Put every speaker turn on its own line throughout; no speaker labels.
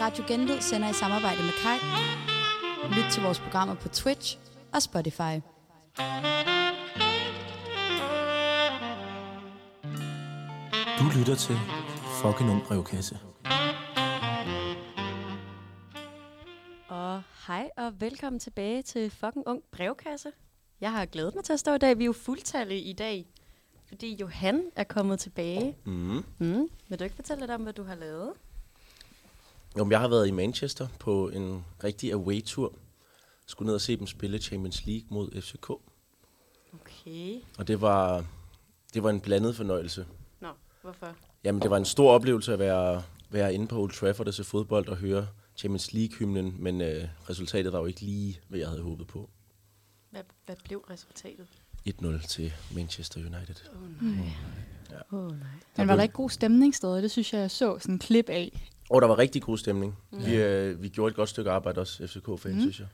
Radio Genlyd sender i samarbejde med Kai. Lyt til vores programmer på Twitch og Spotify.
Du lytter til fucking ung brevkasse.
Og hej og velkommen tilbage til fucking ung brevkasse. Jeg har glædet mig til at stå i dag. Vi er jo fuldtallige i dag, fordi Johan er kommet tilbage.
Mm.
Mm. Vil du ikke fortælle lidt om, hvad du har lavet?
Jo, men jeg har været i Manchester på en rigtig away-tur. Skulle ned og se dem spille Champions League mod FCK.
Okay.
Og det var, det var en blandet fornøjelse.
Nå, hvorfor?
Jamen, det var en stor oplevelse at være, være inde på Old Trafford og se fodbold og høre Champions League-hymnen, men øh, resultatet var jo ikke lige, hvad jeg havde håbet på.
Hvad, hvad blev resultatet?
1-0 til Manchester United.
Åh, oh, nej.
Men var der ikke god stemning stadig? Det synes jeg, jeg så sådan en klip af.
Og der var rigtig god stemning. Mm. Vi, øh, vi gjorde et godt stykke arbejde også, FCK-fans, mm. synes jeg.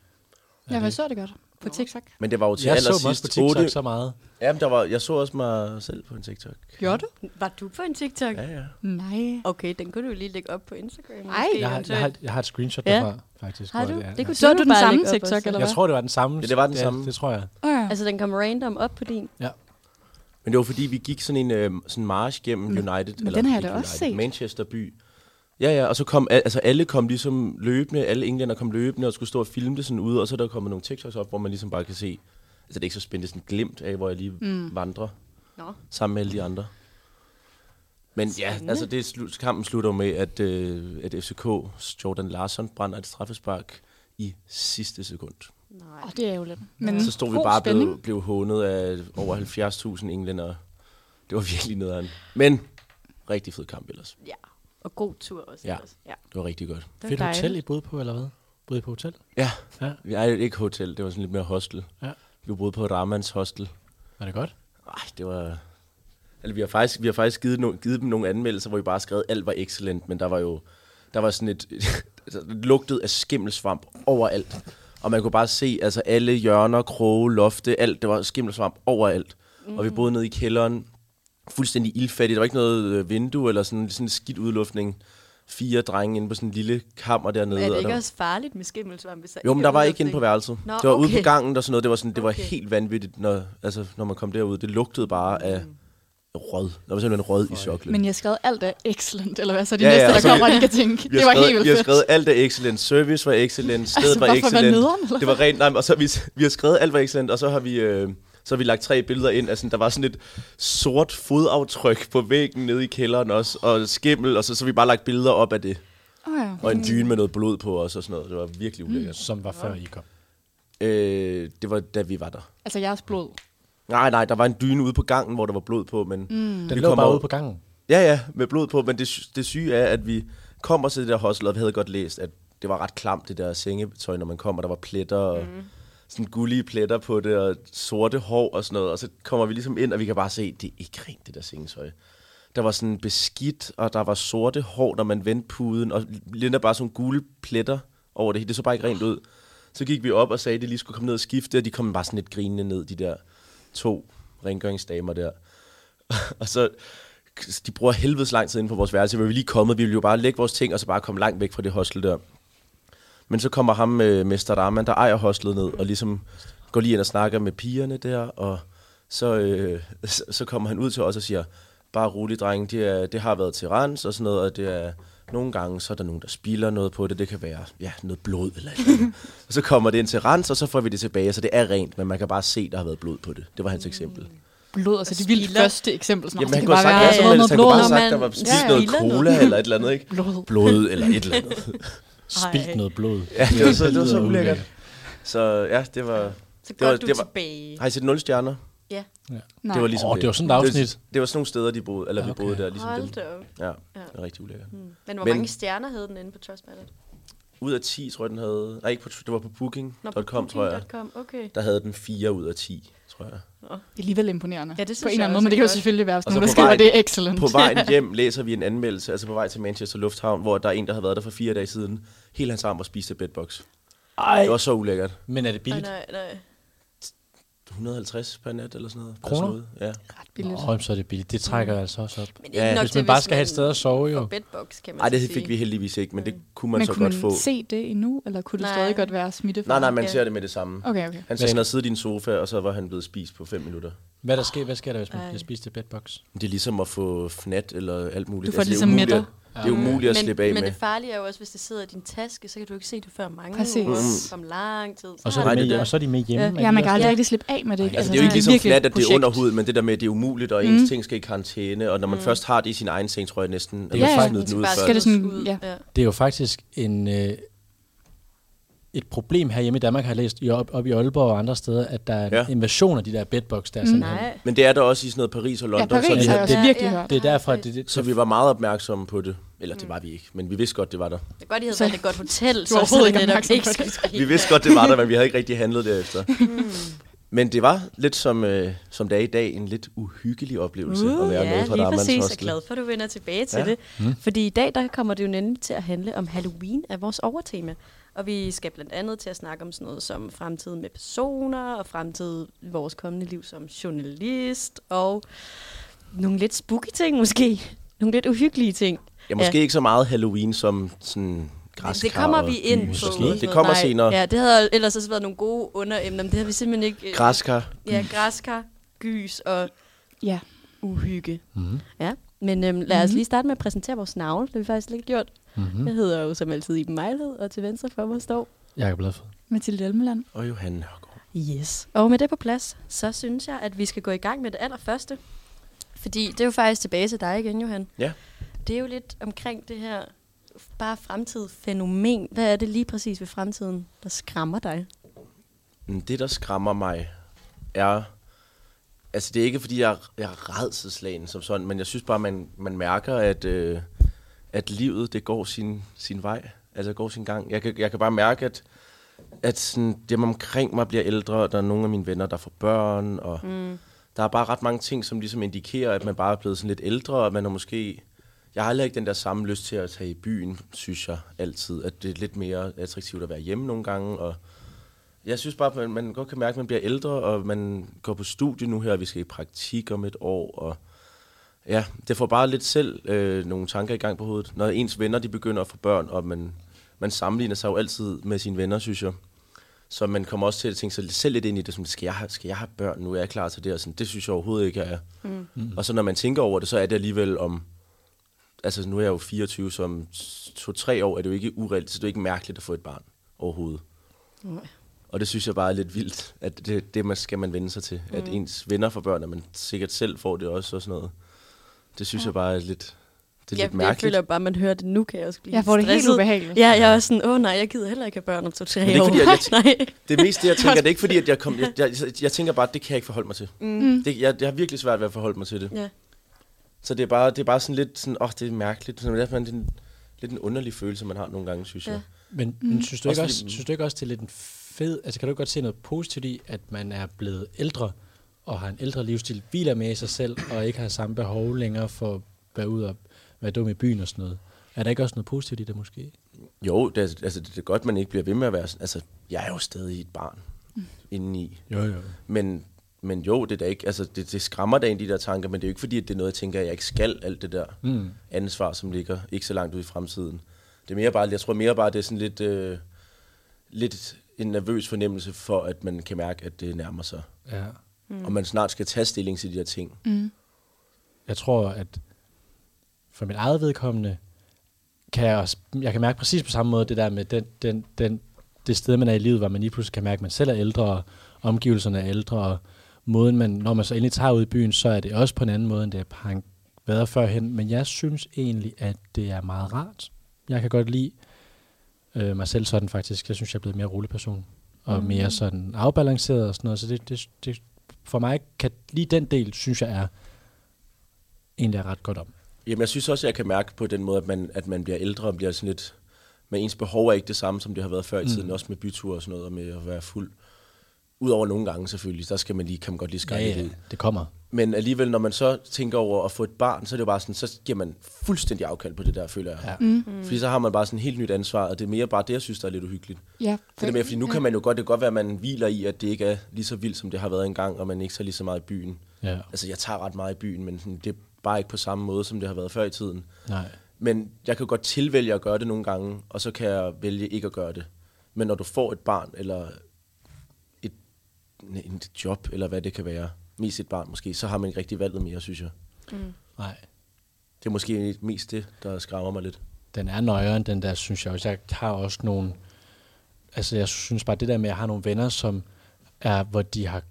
Ja, jeg så det godt på TikTok.
Men det var jo til
Jeg så mig også
allersidst
på TikTok
8
så meget.
Jamen, der var, jeg så også mig selv på en TikTok.
Gjorde du?
Var du på en TikTok?
Ja, ja.
Nej.
Okay, den kunne du lige lægge op på Instagram.
Ej.
måske
Jeg har, jeg, har,
eventuelt.
jeg har et screenshot
Ja.
derfra, faktisk.
har
hvor
du?
er.
Det kunne
Så
du
du den
bare
samme
lægge op,
TikTok,
altså.
eller
Jeg
hvad?
tror, det var den samme.
Ja, det var den samme.
Det tror jeg.
Okay.
Altså, den kom random op på din.
Ja.
Men det var fordi, vi gik sådan en øh, sådan march gennem United.
men den har jeg
ikke
da også
United,
set.
Manchester by. Ja, ja, og så kom, al- altså alle kom ligesom løbende, alle englænder kom løbende og skulle stå og filme det sådan ude, og så er der kommet nogle TikToks op, hvor man ligesom bare kan se, altså det er ikke så spændende, sådan et glimt af, hvor jeg lige mm. vandrer
Nå.
sammen med alle de andre. Men ja, altså det slu- kampen slutter jo med, at, øh, at FCK's Jordan Larsson brænder et straffespark i sidste sekund.
Nej.
Oh, det er jo lidt. Men
Så stod vi
god
bare og
spænding.
blev, blev hånet af over 70.000 englænder. Det var virkelig nederen. Men rigtig fed kamp ellers.
Ja. Og god tur også.
Ja.
ellers. ja.
Det var rigtig godt.
Det var
Fedt
dejligt.
hotel, I boede på, eller hvad? Boede I på hotel?
Ja,
Ja.
vi ej, ikke hotel, det var sådan lidt mere hostel.
Ja.
Vi boede på Ramans hostel.
Var det godt?
Ej, det var... Altså, vi har faktisk, vi har faktisk givet, no, givet dem nogle anmeldelser, hvor vi bare skrev, at alt var excellent, men der var jo... Der var sådan et... altså, det lugtede af skimmelsvamp overalt. Og man kunne bare se, altså alle hjørner, kroge, lofte, alt, det var skimmelsvamp overalt. Mm. Og vi boede nede i kælderen, fuldstændig ildfattigt. Der var ikke noget øh, vindue eller sådan, sådan en skidt udluftning. Fire drenge inde på sådan en lille kammer dernede.
Er det
og
ikke
der,
også farligt med skimmelsvamp? Hvis
jo, men der var ikke inde
inde
på værelset.
Nå,
det var ude på
okay.
gangen og sådan noget. Det var, sådan, det var
Okay.
helt vanvittigt, når, altså, når man kom derud. Det lugtede bare af rød. Der var simpelthen rød i choklen.
Men jeg skrev alt er excellent, eller hvad så de
Ja,
ja,
ja,
næste,
og
der
så vi-
kommer, de kan tænke.
Vi har
Det var
skrevet,
helt
Vi har
vildt
skrevet
fedt.
alt er excellent, service var excellent, stedet
Altså,
var
hvorfor var
excellent.
nederen, eller
det var rent, nej, men- og så har vi, vi har skrevet alt var excellent, og så har vi... Øh, så har vi lagt tre billeder ind, altså der var sådan et sort fodaftryk på væggen nede i kælderen også, og skimmel, og så, så har vi bare lagt billeder op af det,
Oh, ja.
og en dyne med noget blod på os og sådan noget, det var virkelig
Mm.
ulækkert.
Som var før I kom.
Mm. Øh, det var da vi var der.
Altså jeres blod.
Nej, nej, der var en dyne ude på gangen, hvor der var blod på, men... Mm.
Den lå bare ude på gangen.
Ja, ja, med blod på, men det, sy- det syge er, at vi kommer til det der hostel, og vi havde godt læst, at det var ret klamt, det der sengetøj, når man kom, og der var pletter og mm. sådan gullige pletter på det, og sorte hår og sådan noget, og så kommer vi ligesom ind, og vi kan bare se, det er ikke rent, det der sengetøj. Der var sådan beskidt, og der var sorte hår, når man vendte puden, og lidt der bare sådan gule pletter over det hele. Det så bare ikke rent ud. Så gik vi op og sagde, at de lige skulle komme ned og skifte, og de kom bare sådan lidt grinende ned, de der to rengøringsdamer der. og så, de bruger helvedes lang tid inde på vores værelse, men vi er lige kommet, vi ville jo bare lægge vores ting, og så bare komme langt væk fra det hostel der. Men så kommer ham, øh, Mester Rahman, der ejer hostlet ned, og ligesom går lige ind og snakker med pigerne der, og så, øh, så- så kommer han ud til os og siger, bare rolig, drenge, det, er, det har været til rens og sådan noget, og det er nogle gange, så er der nogen, der spilder noget på det. Det kan være ja, noget blod eller et eller andet. og så kommer det ind til rens, og så får vi det tilbage, så det er rent, men man kan bare se, der har været blod på det. Det var hans eksempel.
Blod, altså det vildt
spilder.
første eksempel. Sådan,
Jamen,
"Åh,
han
det
kunne have
kan
sagt
bare
hvad som
være
helst.
noget
Han
blod.
kunne bare
når
have sagt, der
man
var spist
spilder
noget
noget.
cola eller et eller andet, ikke?
Blod.
Blod eller et eller andet.
Spildt noget blod.
Ja, det var så, det var så ulækkert. Så ja, det var...
Så
Det var-
godt du er
det var-
tilbage.
Har I set 0 stjerner?
Ja.
Nej.
Det var ligesom
Åh, det var sådan et afsnit.
Det, det var sådan nogle steder, de boede, eller vi
Okay.
boede der, ligesom
Hold
dem.
da op. Hmm.
Ja, det var rigtig ulækkert.
Men hvor
Men-
Men... mange stjerner havde den inde på Trustpilot?
Ud af 10, tror jeg, den havde... Nej, ikke på, det var på
Nå, på
booking.com, tror jeg.
booking.com, Okay.
Der havde den 4 ud af 10, tror jeg.
Det er alligevel imponerende.
Ja, det synes
på en
jeg
eller anden
også
måde, men det kan jo
er godt.
selvfølgelig være
Og så
sådan nogen, der
på
skriver,
vejen-
det er excellent.
På vejen hjem læser vi en anmeldelse, altså på vej til Manchester Lufthavn, hvor der er en, der havde været der for fire dage siden. Hele hans arm var spist af bedbugs.
Ej.
Det var så ulækkert.
Men er det
Ej,
billigt?
nej, nej.
150 per nat eller sådan noget. per
Kroner?
snude. Ja.
Ret billigt.
Nå, så er det billigt. Det trækker altså også op.
Mm. Men
Ja,
ikke nok
Hvis
til,
man bare skal have et sted at sove, jo.
får bedbox, kan man
Nej,
så
det
sige.
fik vi heldigvis ikke, men det kunne man
Men
så
kunne
godt
man
få.
se det endnu, eller kunne det
Nej.
stadig godt være smittefri?
Nej, nej, man
Ja.
ser det med det samme.
Okay, okay.
Han sagde, han havde siddet i en sofa, og så var han blevet spist på 5 minutter.
Hvad der sker, hvad sker der, hvis man
Ej.
bliver spist i bedbox?
Det er ligesom at få fnat eller alt muligt. Altså,
Du får
det er
ligesom
umuligt at-
mætter.
Det er umuligt at
men,
slippe af
Men
med.
det farlige er jo også, hvis det sidder i din taske, så kan du ikke se det før mange
Præcis.
Mm.
uger, om lang tid.
Og så, er
har
Nej,
de
du
med,
det er-
og så er de med hjemme.
Ja.
er de
Ja, man kan
også-
aldrig
Ja.
rigtig slippe af med det. Ikke?
Altså, det er jo ikke ligesom
virkelig et
flat, at det er
projekt.
under hud, men det der med, at det er umuligt,
Mhm.
og ens ting skal i karantæne, og når man først har det i sin egen seng, tror jeg næsten, at
er
man
jo
skal
faktisk-
smide den ud
bare
først.
Skal det sådan-
skydes ud.
ja.
Det er jo faktisk en, øh, et problem her hjemme i Danmark, har jeg læst i, op, op i Aalborg og andre steder, at der er ja.
Ja.
en invasion af de der bedbox der. Mm.
Nej.
Men det er der også i sådan noget Paris og
Ja,
London,
Paris
så,
har
det-
jeg også
det-
virkelig
ja.
hørt.
Det er derfor, at det, det,
så vi var meget opmærksomme på det. Eller det var vi ikke, men vi vidste godt, det var der.
Det er godt, I havde været et godt hotel, så
overhovedet
sådan
ikke
netop
opmærksom
ikke
på
skulle ske.
Vi vidste godt, det var der, men vi havde ikke rigtig handlet derefter.
Mhm.
Men det var lidt som, øh, som det er i dag, en lidt uhyggelig oplevelse at være
Mm, ja,
med på
lige
Ramans
præcis. Jeg er
Hostel.
glad for, at du vender tilbage til ja.
Ja.
det. Mm. Fordi i dag, der kommer det jo nemlig til at handle om Halloween af vores overtema. Og vi skal blandt andet til at snakke om sådan noget som fremtid med personer, og fremtid i vores kommende liv som journalist, og nogle lidt spooky ting måske. Nogle lidt uhyggelige ting.
Ja, måske ikke så meget Halloween som sådan græskar
det kommer vi
og
ind
lys og sådan
på.
noget. Det kommer
Nej,
senere.
Ja, det havde ellers også været nogle gode underemner, men det havde vi simpelthen ikke... øh,
Græskar.
Ja, græskar, gys og
Ja.
uhygge. Mm-hmm. Ja, men øhm, lad os lige starte med at præsentere vores navne. Det har vi faktisk lidt gjort. Mm-hmm. Jeg hedder jo som altid Iben Mejlhed, og til venstre for mig står...
Jacob Ladfod.
Mathilde Elmeland.
Og Johan Nørgaard.
Yes. Og med det på plads, så synes jeg, at vi skal gå i gang med det allerførste. Fordi det er jo faktisk tilbage til dig igen, Johan.
Ja.
Det er jo lidt omkring det her bare fremtid fænomen. Hvad er det lige præcis ved fremtiden, der skræmmer dig?
Men Det, der skræmmer mig, er... Altså, det er ikke, fordi jeg, jeg er redselslagen som sådan, men jeg synes bare, man, man mærker, at, øh, at livet, det går sin, sin vej. Altså, går sin gang. Jeg kan, jeg kan bare mærke, at, at sådan, dem omkring mig bliver ældre, og der er nogle af mine venner, der får børn, og mm. der er bare ret mange ting, som ligesom indikerer, at man bare er blevet sådan lidt ældre, og man er måske... Jeg har heller ikke den der samme lyst til at tage i byen, synes jeg altid. At det er lidt mere attraktivt at være hjemme nogle gange, og... Jeg synes bare, at man, man godt kan mærke, at man bliver ældre, og man går på studie nu her, og vi skal i praktik om et år, og ja, det får bare lidt selv øh, nogle tanker i gang på hovedet. Når ens venner, de begynder at få børn, og man, man sammenligner sig jo altid med sine venner, synes jeg. Så man kommer også til at tænke sig selv lidt ind i det, som, skal jeg, have- skal jeg have børn nu? Er jeg klar til det? Og sådan, det synes jeg overhovedet ikke, jeg er. Mm. Og så når man tænker over det, så er det alligevel om, altså nu er jeg jo 24, så om to-tre år er det jo ikke ureelt, så det er jo ikke mærkeligt at få et barn overhovedet. Og det synes jeg bare er lidt vildt, at det, det man skal man vende sig til. Mm. At ens venner for børn, at man sikkert selv får det også og sådan noget. Det synes ja. jeg bare er lidt, det er
jeg,
lidt mærkeligt.
Jeg føler bare, at man hører det nu, kan jeg også blive
Jeg får det helt
stresset.
ubehageligt.
Ja, jeg er også sådan, åh nej, jeg gider heller ikke have børn om to-tre år.
Men det er ikke, fordi,
Nej.
Det er mest det, jeg tænker. Det er ikke fordi, at jeg, kom, jeg, jeg, jeg, jeg tænker bare, at det kan jeg ikke forholde mig til. Mm. Det, jeg, jeg har virkelig svært ved at forholde mig til det.
Ja.
Så det er bare, det er bare sådan lidt sådan, åh, oh, det er mærkeligt. Sådan, det er derfor, det er en, lidt en underlig følelse, man har nogle gange, synes jeg.
Ja.
Ja.
Men, mm. men synes, du ikke
Også
også,
fordi-
synes du ikke også, det er lidt en fed... Altså, kan du ikke godt se noget positivt i, at man er blevet ældre, og har en ældre livsstil, hviler med i sig selv, og ikke har samme behov længere for at være ud og være dum i byen og sådan noget? Er der ikke også noget positivt i det, måske?
Jo, det er, altså, det er godt, man ikke bliver ved med at være sådan. Altså, jeg er jo stadig et barn mm. indeni.
Jo, jo.
Men, men jo, det er da ikke, altså det, det skræmmer da en, de der tanker, men det er jo ikke fordi, at det er noget, jeg tænker, at jeg ikke skal alt det der mm. ansvar, som ligger ikke så langt ud i fremtiden. Det er mere bare, jeg tror mere bare, det er sådan lidt, øh, lidt en nervøs fornemmelse for, at man kan mærke, at det nærmer sig.
Ja.
Mm. Og man snart skal tage stilling til de her ting. Mm.
Jeg tror, at for mit eget vedkommende, kan jeg, også, jeg kan mærke præcis på samme måde det der med den, den, den, det sted, man er i livet, hvor man lige pludselig kan mærke, at man selv er ældre, og omgivelserne er ældre, og måden, man, når man så endelig tager ud i byen, så er det også på en anden måde, end det har været førhen. Men jeg synes egentlig, at det er meget rart. Jeg kan godt lide øh, mig selv sådan faktisk. Jeg synes, jeg er blevet mere rolig person, og mm. mere sådan afbalanceret og sådan noget. Så det, det, det, for mig kan lige den del, synes jeg, er egentlig er ret godt om.
Jamen, jeg synes også, jeg kan mærke på den måde, at man, at man bliver ældre og bliver sådan lidt...
Mm.
Men ens behov er ikke det samme, som det har været før i tiden, også med byture og sådan noget, og med at være fuld. Udover nogle gange selvfølgelig, der skal man lige, kan man godt lige skære
Ja,
ja, lidt ud.
ja, det kommer.
Men alligevel, når man så tænker over at få et barn, så er det jo bare sådan, så giver man fuldstændig afkald på det der, føler jeg.
Ja.
Mm.
Fordi så har man bare sådan et helt nyt ansvar, og det er mere bare det, jeg synes, der er lidt uhyggeligt.
Ja,
Det der med, fordi nu kan man jo godt, det kan godt være, at man hviler i, at det ikke er lige så vildt, som det har været engang, og man ikke tager lige så meget i byen.
Ja.
Altså, jeg tager ret meget i byen, men sådan, det er bare ikke på samme måde, som det har været før i tiden.
Nej.
Men jeg kan godt tilvælge at gøre det nogle gange, og så kan jeg vælge ikke at gøre det. Men når du får et barn, eller et, et job, eller hvad det kan være, mest et barn måske, så har man ikke rigtig valget mere, synes jeg.
Nej.
Det er måske mest det, der skræmmer mig lidt.
den er nøjeren, den der, synes jeg også. Jeg har også nogle... Altså, jeg synes bare, det der med, at jeg har nogle venner, som er, hvor de har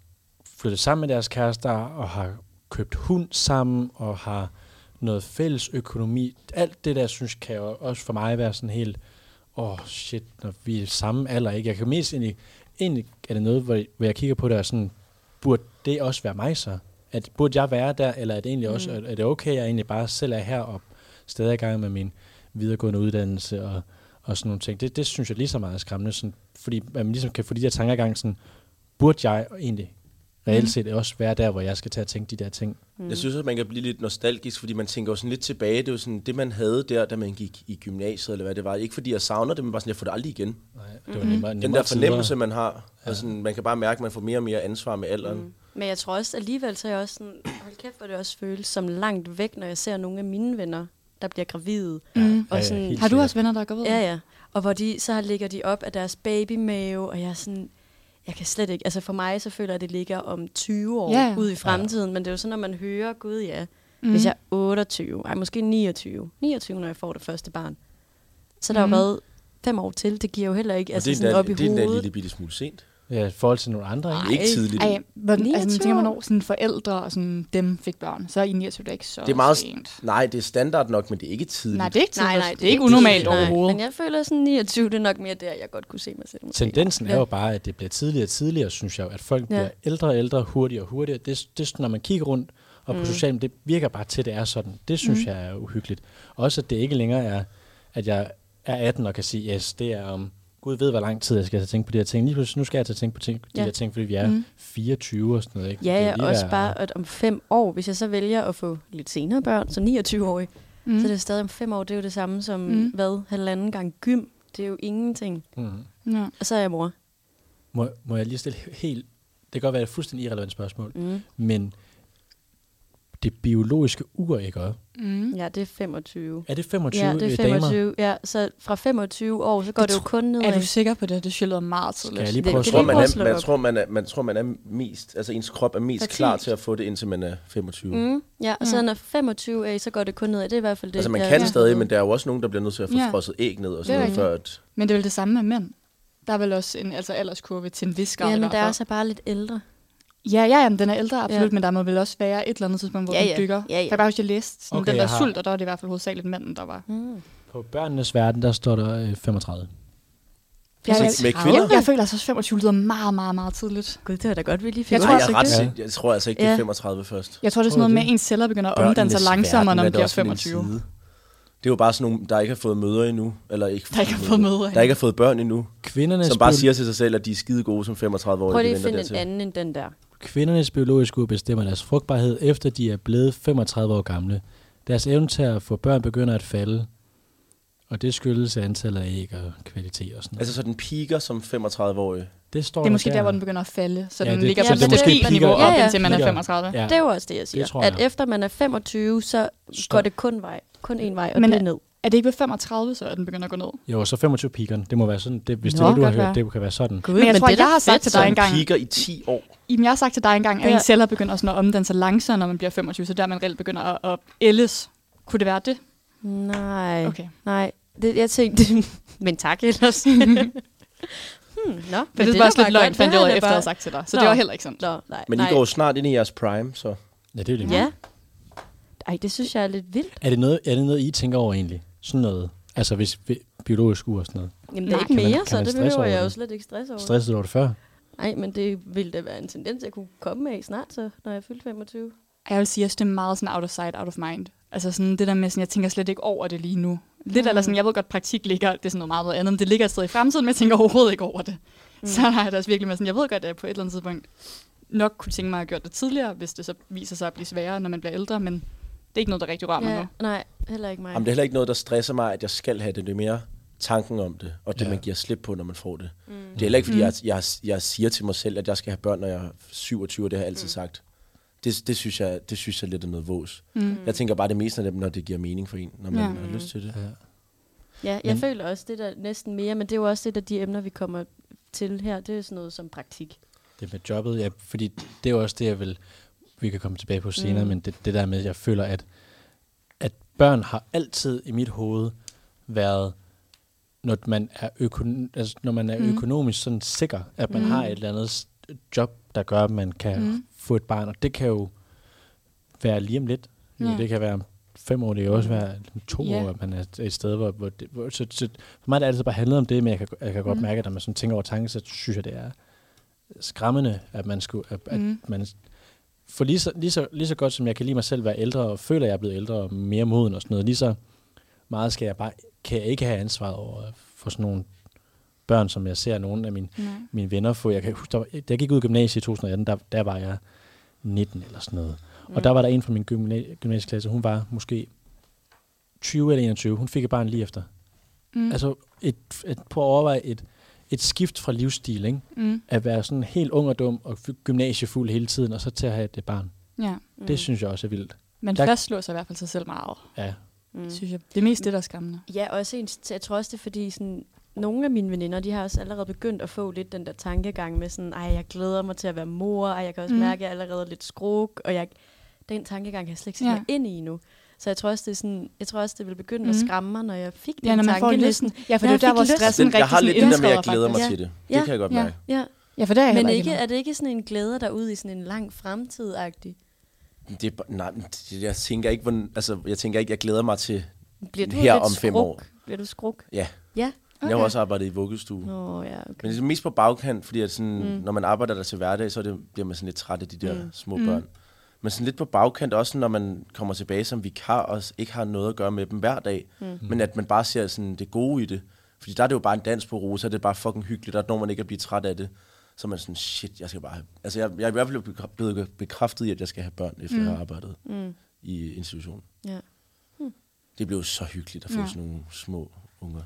flyttet sammen med deres kærester, og har købt hund sammen, og har noget fælles økonomi. Alt det der, synes kan jo også for mig være sådan helt, åh oh, shit, når vi er samme alder, ikke? Jeg kan mest egentlig, egentlig er det noget, hvor, hvor jeg kigger på det og sådan, burde det også være mig så? At, burde jeg være der, eller er det egentlig også, er, er det okay, at jeg egentlig bare selv er her og stadig er i gang med min videregående uddannelse og, og sådan nogle ting. Det, det synes jeg lige så meget er skræmmende, sådan, fordi at man ligesom kan få de der tanker i gang, sådan, burde jeg egentlig reelt set også være der, hvor jeg skal til at tænke de der ting?
Mm. Jeg synes også, at man kan blive lidt nostalgisk, fordi man tænker jo sådan lidt tilbage. Det er jo sådan, det man havde der, da man gik i gymnasiet, eller hvad det var. Ikke fordi jeg savner det, men bare sådan, jeg får det aldrig igen.
Nej, det var nemmere, nemmere
Den der
tider.
fornemmelse, man har. Ja. Altså, man kan bare mærke, at man får mere og mere ansvar med alderen. Mm.
Men jeg tror også alligevel, så er jeg også sådan, hold kæft, hvor det også føles som langt væk, når jeg ser nogle af mine venner, der bliver gravide. Mm.
Ja, ja,
Og sådan,
helt
Har du
sikkert.
også venner, der går ved?
Ja, ja. Og hvor de, så ligger de op af deres babymave, og jeg er sådan, jeg kan slet ikke, altså for mig så føler jeg, at det ligger om 20 år
Ja.
yeah. ude i fremtiden, men det er jo sådan, når man hører, gud ja, mm. hvis jeg er 28, ej måske 29, 29, når jeg får det første barn, så er der mm. jo været fem år til, det giver jo heller ikke,
Og
altså
det er
sådan
den der,
op i
det er den der
hovedet.
lille bitte smule sent.
Ja, i forhold til nogle andre, ikke?
Det er ikke tidligt.
Ej, hvordan, altså, man
29
tænker,
år.
hvornår sådan forældre og sådan, dem fik børn, så er I 29 da ikke så
Det er meget,
sent.
nej, det er standard nok, men det er ikke tidligt.
Nej, det er ikke,
Nej, nej,
det er ikke unormalt
nej.
overhovedet.
Men jeg føler sådan 29, det er nok mere der, jeg godt kunne se mig selv. måske.
Tendensen er
Ja.
jo bare, at det bliver tidligere og tidligere, synes jeg, jo, at folk ja. bliver ældre og ældre, hurtigere og hurtigere. Det, det, er sådan, når man kigger rundt og på mm. sociale medier, det virker bare til, at det er sådan. Det synes mm. jeg er uhyggeligt. Også at det ikke længere er, at jeg er 18 og kan sige, yes, det er om, Gud ved, hvor lang tid jeg skal til at tænke på de her ting. Lige pludselig, nu skal jeg til at tænke på ting, de
Ja.
her ting, fordi vi er mm. 24 og sådan noget. Ikke? Det
Ja,
er
ja,
lige
også
der-
bare at om fem år, hvis jeg så vælger at få lidt senere børn, så 29-årig, mm. så er det stadig om fem år, det er jo det samme som, mm. hvad, halvanden gang gym. Det er jo ingenting.
Ja.
Og så er jeg mor.
Mm. Må, må jeg lige stille helt... Det kan godt være et fuldstændig irrelevant spørgsmål, mm. men det biologiske ur, ikke også?
Mm. Ja, det er 25.
Er det 25
Ja, det er
damer?
25. Ja, så fra 25 år, så går det, det jo kun
Er
nedad.
du sikker på det? Det skyldede meget tidligt.
Skal jeg lige
Det-
prøve at
det
Jeg tror,
slå
lige
man
mig?
prøve
er,
slå
man,
op.
tror, man, er, man tror, man er mest, altså ens krop er mest
Fertilt.
klar til at få det, indtil man er 25. Mm.
Ja, og så når 25 er, så går det kun nedad. Det er i hvert fald det.
Altså man
jeg-
kan
jeg
stadig,
ved.
men der er jo også nogen, der bliver nødt til at få
Ja.
frosset æg ned og
Det er
sådan noget, før at,
Men det er vel det samme med mænd. Der er vel også en altså, alderskurve til en vis grad. i
Ja, men
hvert
der er
fald.
også bare lidt ældre.
Ja, ja, jamen, den er ældre, absolut,
Ja.
ja. men der må vel også være et eller andet tidspunkt, hvor
Ja,
ja,
ja.
ja. den dykker.
Ja, ja.
For Jeg bare husker, jeg læste sådan,
Okay,
okay, den
jeg
der
har-
sult, og der var det i hvert fald hovedsageligt manden, der var.
På børnenes verden, der står der øh, 35.
Jeg,
Så
jeg,
med
jeg,
kvinder?
jeg, jeg føler altså også 25 lyder meget, meget, meget tidligt.
Gud, det var da godt, vi lige fik.
Jeg
Nej,
tror
jeg,
altså
er ret,
ikke
sikker- jeg tror altså ikke, det er
Ja.
35 først.
Jeg tror, det er sådan
Tror du
noget med, at
det?
ens celler begynder at omdanne sig
Børnenes
langsommere,
verden
når
er
man
da
bliver
også på den
25.
side. Det er jo bare sådan nogle, der ikke har fået møder endnu. Eller ikke,
Der ikke har fået mødre
Der
endnu.
ikke har fået børn endnu.
Kvindernes,
Som bare
bio-
siger til sig selv, at de er skide gode som 35 år.
Prøv lige at finde en anden end den der.
kvindernes biologiske ur bestemmer deres frugtbarhed, efter de er blevet 35 år gamle. Deres evne til at få børn begynder at falde, og det skyldes antallet af æg og kvalitet og sådan noget.
Altså så den piker som 35-årig.
det, står
Det er måske der, hvor den begynder at falde, så
Ja,
ja, den
det-
ligger
ja,
på
det er
et
måske
stabilt
piker-
niveau op,
Ja, ja.
indtil man er
Piker.
35.
Ja.
Ja. Det er jo også det, jeg siger.
tror
at
jeg.
efter man er 25, så
Stop.
går det kun vej. Kun en vej, og
Men
det er
er-
ned.
Er det ikke ved 35, så at den begynder at gå ned?
Jo, så 25 pikeren. Det må være sådan. Det, hvis det
Nå,
er det, du har
godt
hørt, det kan være sådan.
Gud,
Men jeg tror,
det er
jeg
da
har sagt
fedt,
til
så.
dig
Den
engang.
piker i 10 år.
Jamen, jeg har sagt til dig engang, at
Ja.
ens celler begynder sådan at omdanne sig langsommere, når man bliver 25, så der man reelt begynder at, at ældes. Kunne det være det?
Nej, okay.
Okay.
nej. Det, jeg tænkte, men tak ellers. hmm, nå, men
Men det,
er
var
da
også lidt
bare
løgn,
godt.
fandt
Det
jeg ud
er
af,
da
efter jeg havde
bare-
sagt til dig. Så
Nå.
det var heller ikke sådan.
Nå, nej,
Men
nej.
I går jo snart ind i jeres prime, så...
Ja, det er jo det.
Ja. Ej, det synes jeg er lidt vildt.
Er, det noget, er det noget, I tænker over egentlig? Sådan noget. Altså hvis vi- biologisk ur og sådan noget.
Jamen, det er
Nej.
ikke
Kan man-
mere,
kan
så
man
det
stresse
behøver
over
jeg jo
det?
slet ikke stress over.
Stressede du over det før?
Nej, men det ville da være en tendens, jeg kunne komme med snart, så, når jeg fyldte 25.
Jeg vil sige, at jeg synes, det er meget sådan out of sight, out of mind. Altså sådan det der med, sådan, jeg tænker slet ikke over det lige Mm. nu. Lidt eller sådan, jeg ved godt, praktik ligger, det er sådan noget meget noget andet, men det ligger et sted i fremtiden, men jeg tænker overhovedet ikke over det. Mm. Så har jeg da også virkelig med sådan, jeg ved godt, at jeg på et eller andet tidspunkt nok kunne tænke mig at have gjort det tidligere, hvis det så viser sig at blive sværere, når man bliver ældre, men det er ikke noget, der rigtig rører mig
Ja,
nu.
nej, heller ikke mig.
Jamen, det er heller ikke noget, der stresser mig, at jeg skal have det. Det er mere tanken om det, og det,
Ja.
man giver slip på, når man får det. Mm. Det er heller ikke, fordi mm. jeg, jeg, jeg siger til mig selv, at jeg skal have børn, når jeg er 27, og det har jeg altid mm. sagt. Det, det, synes jeg, det synes jeg lidt er noget vås. Mm. Jeg tænker bare det meste af dem, når det giver mening for en, når man
Ja.
har lyst til det. Altså,
Ja.
Ja, jeg men, føler også det der næsten mere, men det er jo også et af de emner, vi kommer til her. Det er sådan noget som praktik.
Det med jobbet, ja, fordi det er jo også det, jeg vil, vi kan komme tilbage på senere, mm. men det, det der med, at jeg føler, at, at børn har altid i mit hoved været, når man er, økon, altså, når man er mm. økonomisk sådan sikker, at man mm. har et eller andet s- job, der gør, at man kan mm. få et barn, og det kan jo være lige om lidt. Mm. Det kan være om fem år, det kan også være om to
Ja.
yeah. år, at man er et sted, hvor, hvor, det, hvor så, så, for mig er det altid bare handlet om det, men jeg kan, jeg kan godt mærke, at når man sådan tænker over tanken, så synes jeg, det er skræmmende, at man skulle, at, mm. at man, for lige så, lige, så, lige så godt som jeg kan lide mig selv være ældre, og føler, at jeg er blevet ældre og mere moden og sådan noget, lige så meget skal jeg bare, kan jeg ikke have ansvaret over at få sådan nogle børn, som jeg ser nogle af mine, mine venner få. Jeg kan huske, der var, da jeg gik ud i gymnasiet i 2018, der, der var jeg 19 eller sådan noget. Mm. Og der var der en fra min gymna- gymnasieklasse, hun var måske 20 eller 21. Hun fik et barn lige efter. Mm. Altså, et, et, prøv at overveje et, et skift fra livsstil, ikke?
Mm.
At være sådan helt ung og dum og fy- gymnasiefuld hele tiden, og så til at have et barn.
Ja.
Mm. Det synes jeg også er vildt.
Man
Der-
der... fastlåser sig i hvert fald sig selv meget,
Ja.
mm. synes jeg. Det er mest det, der er skræmmende.
Ja, også ens, jeg tror også, det er fordi sådan, nogle af mine veninder, de har også allerede begyndt at få lidt den der tankegang med sådan, ej, jeg glæder mig til at være mor, og jeg kan også mm. mærke, at jeg er allerede lidt skruk, og jeg, den tankegang kan jeg slet ikke sætte
Ja.
ja. mig ind i nu. Så jeg tror også, det er sådan, jeg tror også, det vil begynde mm. at
Mm.
skræmme mig, når jeg fik den
Ja, når man
tanke.
får
lidt
lysten.
sådan,
Ja, for
"Nå,
det er
jeg
der,
fik
hvor
lyst."
stressen
Den, jeg
rigtig
har
sådan
lidt det der med, at jeg
indskrevet,
glæder mig
faktisk.
til det. Det
Ja.
kan jeg godt
Ja.
mærke.
Ja,
Ja, for der er jeg
men
heller
ikke,
noget.
er det ikke sådan en glæde, der er ude i sådan en lang fremtid-agtig?
Det er, bare- nej, men det- jeg tænker ikke, hvordan, altså, jeg tænker ikke, jeg glæder mig til,
Bliver du
Her
lidt
om fem
skruk?
år.
Bliver du skruk?
ja.
Ja.
Okay. Jeg har også arbejdet i vuggestue.
Nå, ja, okay.
Men det er mest på bagkant, fordi at sådan, mm. når man arbejder der til hverdag, så er det, bliver man sådan lidt træt af de der mm. små børn. Men sådan lidt på bagkant, også sådan, når man kommer tilbage som vikar, og s- ikke har noget at gøre med dem hver dag, mm. men at man bare ser sådan det gode i det. Fordi der er det jo bare en dans på rosa, det er bare fucking hyggeligt, der når man ikke at blive træt af det. Så er man sådan, shit, jeg skal bare have... Altså, jeg, jeg er i hvert fald bekra- blevet bekræftet i, at jeg skal have børn, efter mm. jeg har arbejdet mm. i institutionen.
Ja.
Det blev så hyggeligt at få sådan nogle små unger.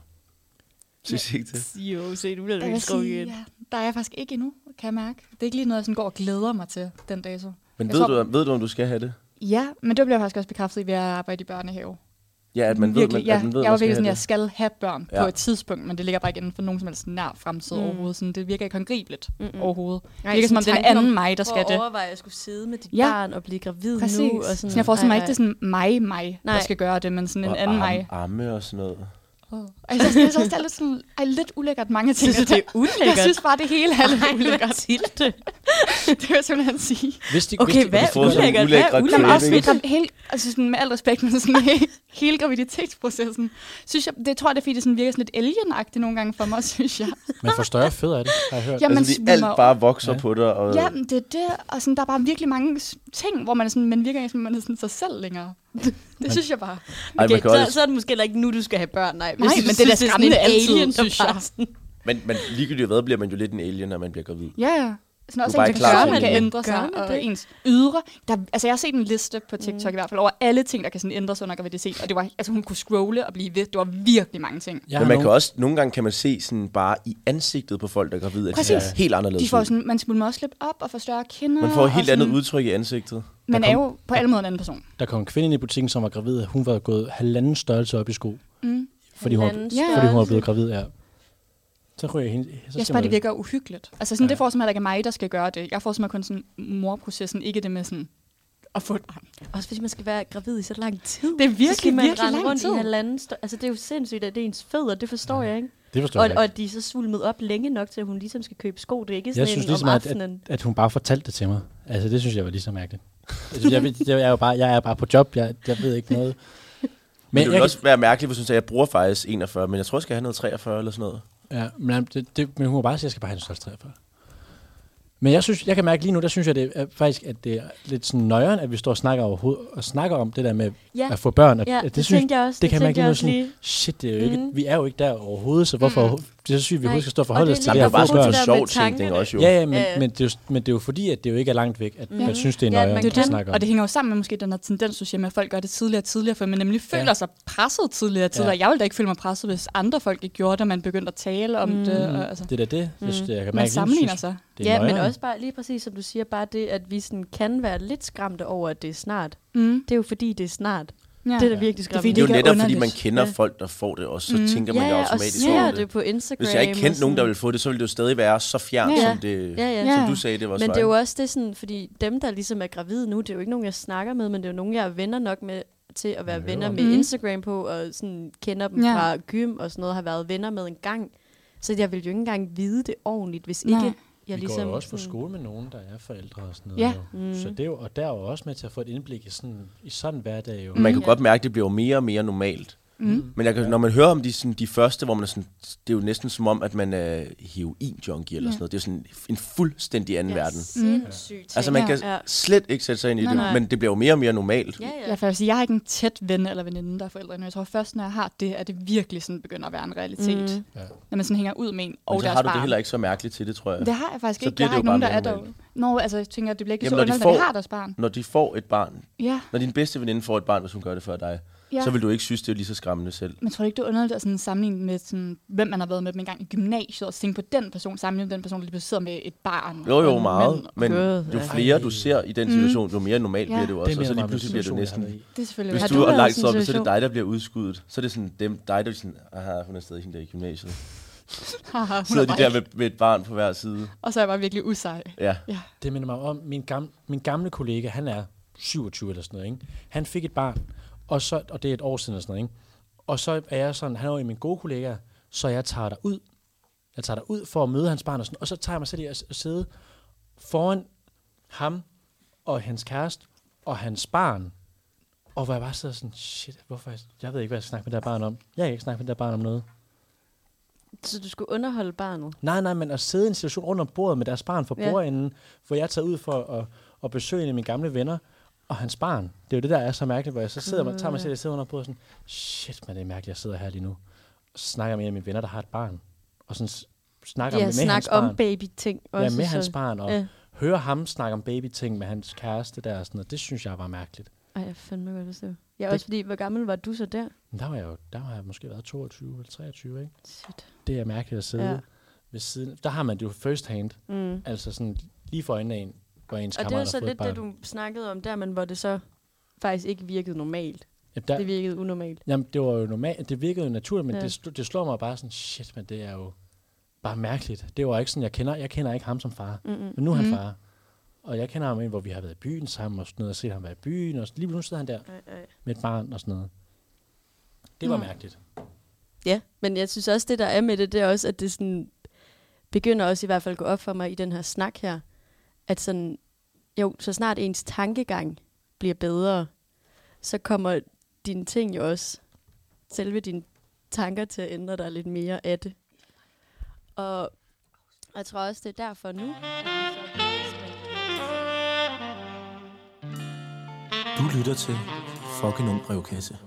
Synes I ikke det?
Jo, se, du bliver
Jeg vil sige,
ja, der er jeg faktisk ikke endnu, kan jeg mærke. Det er ikke lige noget, jeg sådan går og glæder mig til den dato.
Men
Jeg
ved,
tror-
du, ved du, om du skal have det?
Ja, men det bliver jeg faktisk også bekræftet ved at arbejde i børnehave.
Ja, at man
virkelig,
ved, man,
ja,
at man ved,
jeg var
man skal
virkelig
have
sådan,
det.
jeg skal have børn ja.
Ja.
på et tidspunkt, men det ligger bare ikke inden for nogen som helst nær fremtid mm. overhovedet. Sådan, det virker ikke håndgribeligt mm-hmm. overhovedet. det virker som om, det er en anden mig, der skal
Prøv
det.
at overveje, at jeg skulle sidde med dit
Ja.
ja. barn og blive gravid
Præcis.
nu. Og sådan,
sådan, jeg forestiller mig ikke,
Ej,
det er sådan mig, mig, der
Nej.
skal gøre det, men sådan en
Og
anden
arm-
mig.
Arme og sådan noget.
Og jeg synes, jeg synes, det er lidt, sådan, ej, lidt ulækkert mange ting. Synes, det er ulækkert? Jeg synes bare, det hele er lidt
ej,
ulækkert.
Mathilde.
det vil jeg simpelthen sige.
Hvis de,
Okay, hvad
få sådan
ulækkert? Hvad
ulækre
Jamen
Craving.
også
ulækkert?
mit, hele, altså sådan, med al respekt, men sådan hele, hele graviditetsprocessen. Synes jeg, det tror jeg, det er, fordi det sådan virker sådan lidt alienagtigt nogle gange for mig, synes jeg.
man får større fødder af det, har jeg hørt.
Jamen,
altså, de alt bare vokser
Ja.
ja. på dig. Og,
Ja, men det er det, og sådan, der er bare virkelig mange s- ting, hvor man, er sådan, man virker ikke, som man er sådan sig selv længere. Det synes jeg bare.
ej, man
Okay,
kan
så,
også,
så er det måske heller ikke nu, du skal have børn. Nej,
Nej, men det er da skræmmende alien, synes jeg.
men, men ligegyldigt hvad, bliver man jo lidt en alien, når man bliver gravid.
Ja, ja. Sådan også
bare
ens
ikke klar til
gør, man
det
kan
endnu.
ændre
Gør
sig,
man
og
det?
ens ydre. Der, altså, jeg har set en liste på TikTok mm. i hvert fald over alle ting, der kan sådan ændres under graviditet. Og det var, altså, hun kunne scrolle og blive ved. Det var virkelig mange ting.
Jeg har
men man
nogle-
kan også, nogle gange kan man se sådan bare i ansigtet på folk, der er gravid, at de
Præcis.
ser helt anderledes
De får
ud.
sådan, man skulle også slippe op og få større kinder.
Man får et
og
helt
sådan,
andet udtryk i ansigtet.
Man
Der
er
kom-
jo på alle måder en anden person.
Der kom en kvinde ind i butikken, som var gravid. Hun var gået halvanden størrelse op i sko. Mm. Fordi, hun,
Halvanden
ja. fordi hun var blevet gravid, ja. Så ryger jeg hende. Så
Jeg
ser
synes bare,
man
det
det.
virker uhyggeligt. Altså sådan, ja. det får som heller ikke er mig, der skal gøre det. Jeg får som kun sådan morprocessen, ikke det med sådan at få et barn.
Også fordi man skal være gravid i så lang tid.
Det er virkelig,
så skal man
virkelig
rende
lang
rundt
tid.
i halvanden stå- Altså, det er jo sindssygt, at det er ens fødder. Det forstår jeg ikke.
Det forstår
Og,
jeg
og
ikke.
at de er så sulmet op længe nok, til at hun ligesom skal købe sko. Det er ikke sådan
Jeg synes
en
ligesom,
om
at,
aftenen.
at, at hun bare fortalte det til mig. Altså, det synes jeg var lige så mærkeligt. Altså, jeg, ved- jeg, er jo bare, jeg er bare på job. Jeg, jeg ved ikke noget.
Men, det
jeg
vil også være mærkeligt, hvis hun sagde, at jeg bruger faktisk 41, men jeg tror, jeg skal have noget 43 eller sådan noget.
Ja, men, han- det, det, men hun var bare sige, at jeg skal bare have en størrelse 43. Men jeg, synes, jeg kan mærke lige nu, der synes jeg det er, faktisk, at det er lidt sådan nøjeren, at vi står og snakker, overhovedet, og snakker om det der med
Ja.
at få børn. At,
Ja,
at
det tænkte jeg også,
Det
det
kan man
tænkte
ikke
jeg
lige
også
sådan,
lige.
shit, det er jo ikke,
Mhm.
vi er jo ikke der overhovedet, så hvorfor, mm. det er så sygt, vi
Nej.
overhodet skal stå og
Og
forholde
det
os
er
til
Der
det
lige
her
er bare
præcis
få
sådan
det
en
børn.
der
sjov
med
ting,
tankerne.
det også jo.
Ja, ja, men,
Ja, ja.
men, det er jo, men det er jo fordi, at det er jo ikke er langt væk, at mm.
Mhm.
jeg synes, det er
Ja,
nøjeren,
man
ja,
Det
at
er jo
snakke
den,
om.
og det hænger jo sammen med måske den her tendens, du siger med, at folk gør det tidligere og tidligere, for man nemlig føler
Ja.
sig presset tidligere og tidligere.
Ja.
Jeg ville da ikke føle mig presset, hvis andre folk ikke gjorde det, og man begyndte at tale om mm. det. Og, altså,
Det er da det,
Mhm.
jeg, synes, det, jeg kan mærke. lige
man
nu,
sammenligner
synes,
sig.
Det er
Ja, men
nøjeren.
også bare lige præcis, som du siger, bare det, at vi sådan kan være lidt skræmte over, at det er snart.
Mm.
Det er jo fordi, det er snart.
Ja.
Det er da virkelig skræmmende.
Det er jo
ikke er
netop, fordi man
underligt.
kender
Ja.
folk, der får det, og så tænker man
ja,
jo
ja, og
automatisk
ser
over
det. det
det.
på Instagram.
Hvis jeg ikke kendte
og
nogen, der
sådan.
ville få det, så ville det jo stadig være så fjernt,
Ja.
som, det,
Ja, ja.
som
Ja.
du sagde, det var.
Men det er jo også det sådan, fordi dem, der ligesom er gravide nu, det er jo ikke nogen, jeg snakker med, men det er jo nogen, jeg er venner nok med til at være
Ja,
venner
jo.
med
Mm.
Instagram på, og sådan kender dem
Ja.
fra gym og sådan noget, har været venner med en gang. Så jeg ville jo ikke engang vide det ordentligt, hvis
Nej.
ikke jeg
vi
ligesom...
går jo også på
sådan-
skole med nogen, der er forældre og sådan noget.
Ja.
Jo. Mm. Så det er jo, og der er jo også med til at få et indblik i sådan, i sådan en hverdag. Jo.
Man kan
Ja.
godt mærke, at det bliver jo mere og mere normalt.
Mm.
Men jeg kan, når man hører om de, sådan, de første, hvor man er sådan, det er jo næsten som om, at man er heroin-junkie eller sådan noget. Det er jo sådan en fuldstændig anden
Ja,
verden.
Mm.
sindssyg ting.
Altså man kan
Ja.
slet ikke sætte sig ind i
Nej,
det,
nej.
men det bliver jo mere og mere normalt.
Ja, ja.
Jeg, vil sige, jeg har ikke en tæt ven eller veninde, der er forældre endnu. Jeg tror først, når jeg har det, at det virkelig sådan begynder at være en realitet. Mm.
Ja.
Når man sådan hænger ud med en og
Men så
deres
har du
barn.
det heller ikke så mærkeligt til det, tror jeg.
Det har jeg faktisk
Så
ikke.
bliver
jeg har
det
ikke
jo
nogen, der
bare
er
mere
der. Nå, altså jeg tænker, at det bliver ikke
Jamen,
så
når de
underligt, at de
får-
har deres barn.
Når de får et barn,
Ja.
når din bedste veninde får et barn, hvis hun gør det før dig,
Ja.
så vil du ikke synes, det er lige så skræmmende selv.
Men tror du ikke, det er underligt at sådan sammenligne med, sådan, hvem man har været med dem engang i gymnasiet, og så tænke på den person, sammenligne med den person, der lige pludselig sidder med et barn?
Jo,
og
jo,
en
meget.
mand.
Men
God,
jo
ja.
flere du ser i den situation, jo mere normalt
Ja.
bliver det jo
Det
også. Og så
minder mig
lige
om en
pludselig bliver det
situation, jeg har
næsten...
været i.
Det er selvfølgelig
Hvis
Har
rigtigt.
du
du
er
været i
langt
sådan en
stoppet, så er det
situation?
dig, der bliver udskudt. Så er det sådan dem, dig, der er sådan, aha, hun er stadig hende der i gymnasiet.
Haha, hun
Sidder
er
de der
bare-
med, med et barn på hver side.
Og så er jeg bare virkelig usej.
Ja.
Ja.
Det minder mig om, min, gam, min gamle kollega, han er 27 eller sådan noget, ikke? han fik et barn, og, så, og det er et år siden eller sådan noget, ikke? og så er jeg sådan, han er jo en af mine gode kollegaer, så jeg tager dig ud, jeg tager dig ud for at møde hans barn, og, sådan, og så tager jeg mig selv i at s- at sidde foran ham og hans kæreste og hans barn, og hvor jeg bare sidder sådan, shit, hvorfor, jeg, jeg ved ikke, hvad jeg skal snakke med det der barn om. Jeg kan ikke snakke med det der barn om noget.
Så du skulle underholde barnet.
Nej, nej, men at sidde i en situation rundt om bordet med deres barn for
Ja.
bordenden, hvor jeg er taget ud for at, at besøge en af mine gamle venner og hans barn. Det er jo det, der er så mærkeligt, hvor jeg så sidder, mm. tager mig selv og sidder under bordet og sådan, shit, man, det er mærkeligt, jeg sidder her lige nu. Og så snakker jeg med en af mine venner, der har et barn. Og sådan s- snakker
Ja,
med, med
snak
hans
om
barn.
baby-ting også.
ja, med
så-
hans barn, og
Ja.
hører ham snakke om babyting med hans kæreste der og sådan noget. Det synes jeg var mærkeligt.
Ej, jeg fandme godt forstå. Ja,
Det-
også fordi, hvor gammel var du så der?
Men der var jeg jo, der har jeg måske været 22 eller 23, ikke?
Shit.
Det er mærkeligt at sidde
Ja.
ja. ved siden. Der har man det jo first hand.
Mm.
Altså sådan lige for øjnene af en, hvor ens
Og det er jo
kammerater
så lidt det, du snakkede om der, men hvor det så faktisk ikke virkede normalt.
Jamen,
Ja.
der,
Det virkede unormalt.
jamen, det var jo normalt, det virkede jo naturligt, men
Ja.
ja. det, sl- det, slår mig bare sådan, shit, men det er jo bare mærkeligt. Det var ikke sådan, jeg kender, jeg kender ikke ham som far,
Mm-mm. Mm-hmm.
men nu er han
Mhm.
far. Og jeg kender ham en, hvor vi har været i byen sammen og sådan noget, og set ham være i byen, og s- lige nu sidder han der
Ej, ej. Mm.
med et barn og sådan noget. Det var
Nå.
mærkeligt.
Ja, men jeg synes også, det der er med det, det er også, at det sådan begynder også i hvert fald at gå op for mig i den her snak her, at sådan, jo, så snart ens tankegang bliver bedre, så kommer dine ting jo også, selve dine tanker til at ændre dig lidt mere af det. Og jeg tror også, det er derfor nu.
Du lytter til fucking ung brevkasse.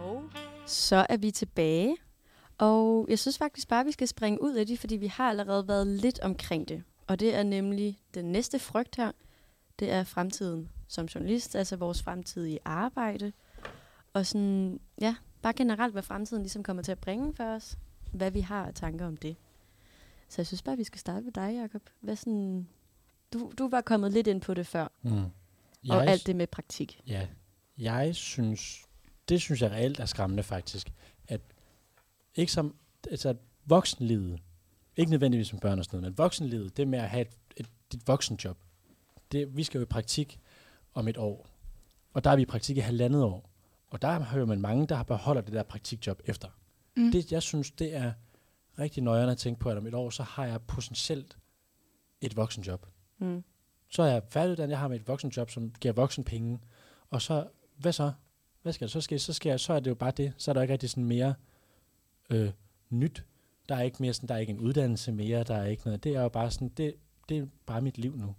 Og så er vi tilbage. Og jeg synes faktisk bare, at vi skal springe ud af det, fordi vi har allerede været lidt omkring det. Og det er nemlig den næste frygt her. Det er fremtiden som journalist, altså vores fremtidige arbejde. Og sådan, ja, bare generelt, hvad fremtiden ligesom kommer til at bringe for os. Hvad vi har af tanker om det. Så jeg synes bare, vi skal starte med dig, Jacob. Hvad sådan, du, du var kommet lidt ind på det før,
Mm.
og alt det med praktik.
Ja, jeg synes, det synes jeg reelt er skræmmende faktisk, at ikke som, altså at voksenlivet, ikke nødvendigvis som børn og sådan noget, men voksenlivet, det med at have et, et, et voksenjob, det, vi skal jo i praktik om et år, og der er vi i praktik i halvandet år, og der hører man mange, der beholder det der praktikjob efter. Mm. Det, jeg synes, det er rigtig nøjerne at tænke på, at om et år, så har jeg potentielt et voksenjob.
Mm.
Så er jeg færdiguddannet, jeg har mit voksenjob, som giver voksenpenge, og så, hvad så? Hvad skal der så ske? Så, skal jeg, så er det jo bare det. Så er der ikke rigtig sådan mere øh, nyt. Der er ikke mere sådan, der er ikke en uddannelse mere, der er ikke noget. Det er jo bare sådan, det, det er bare mit liv nu.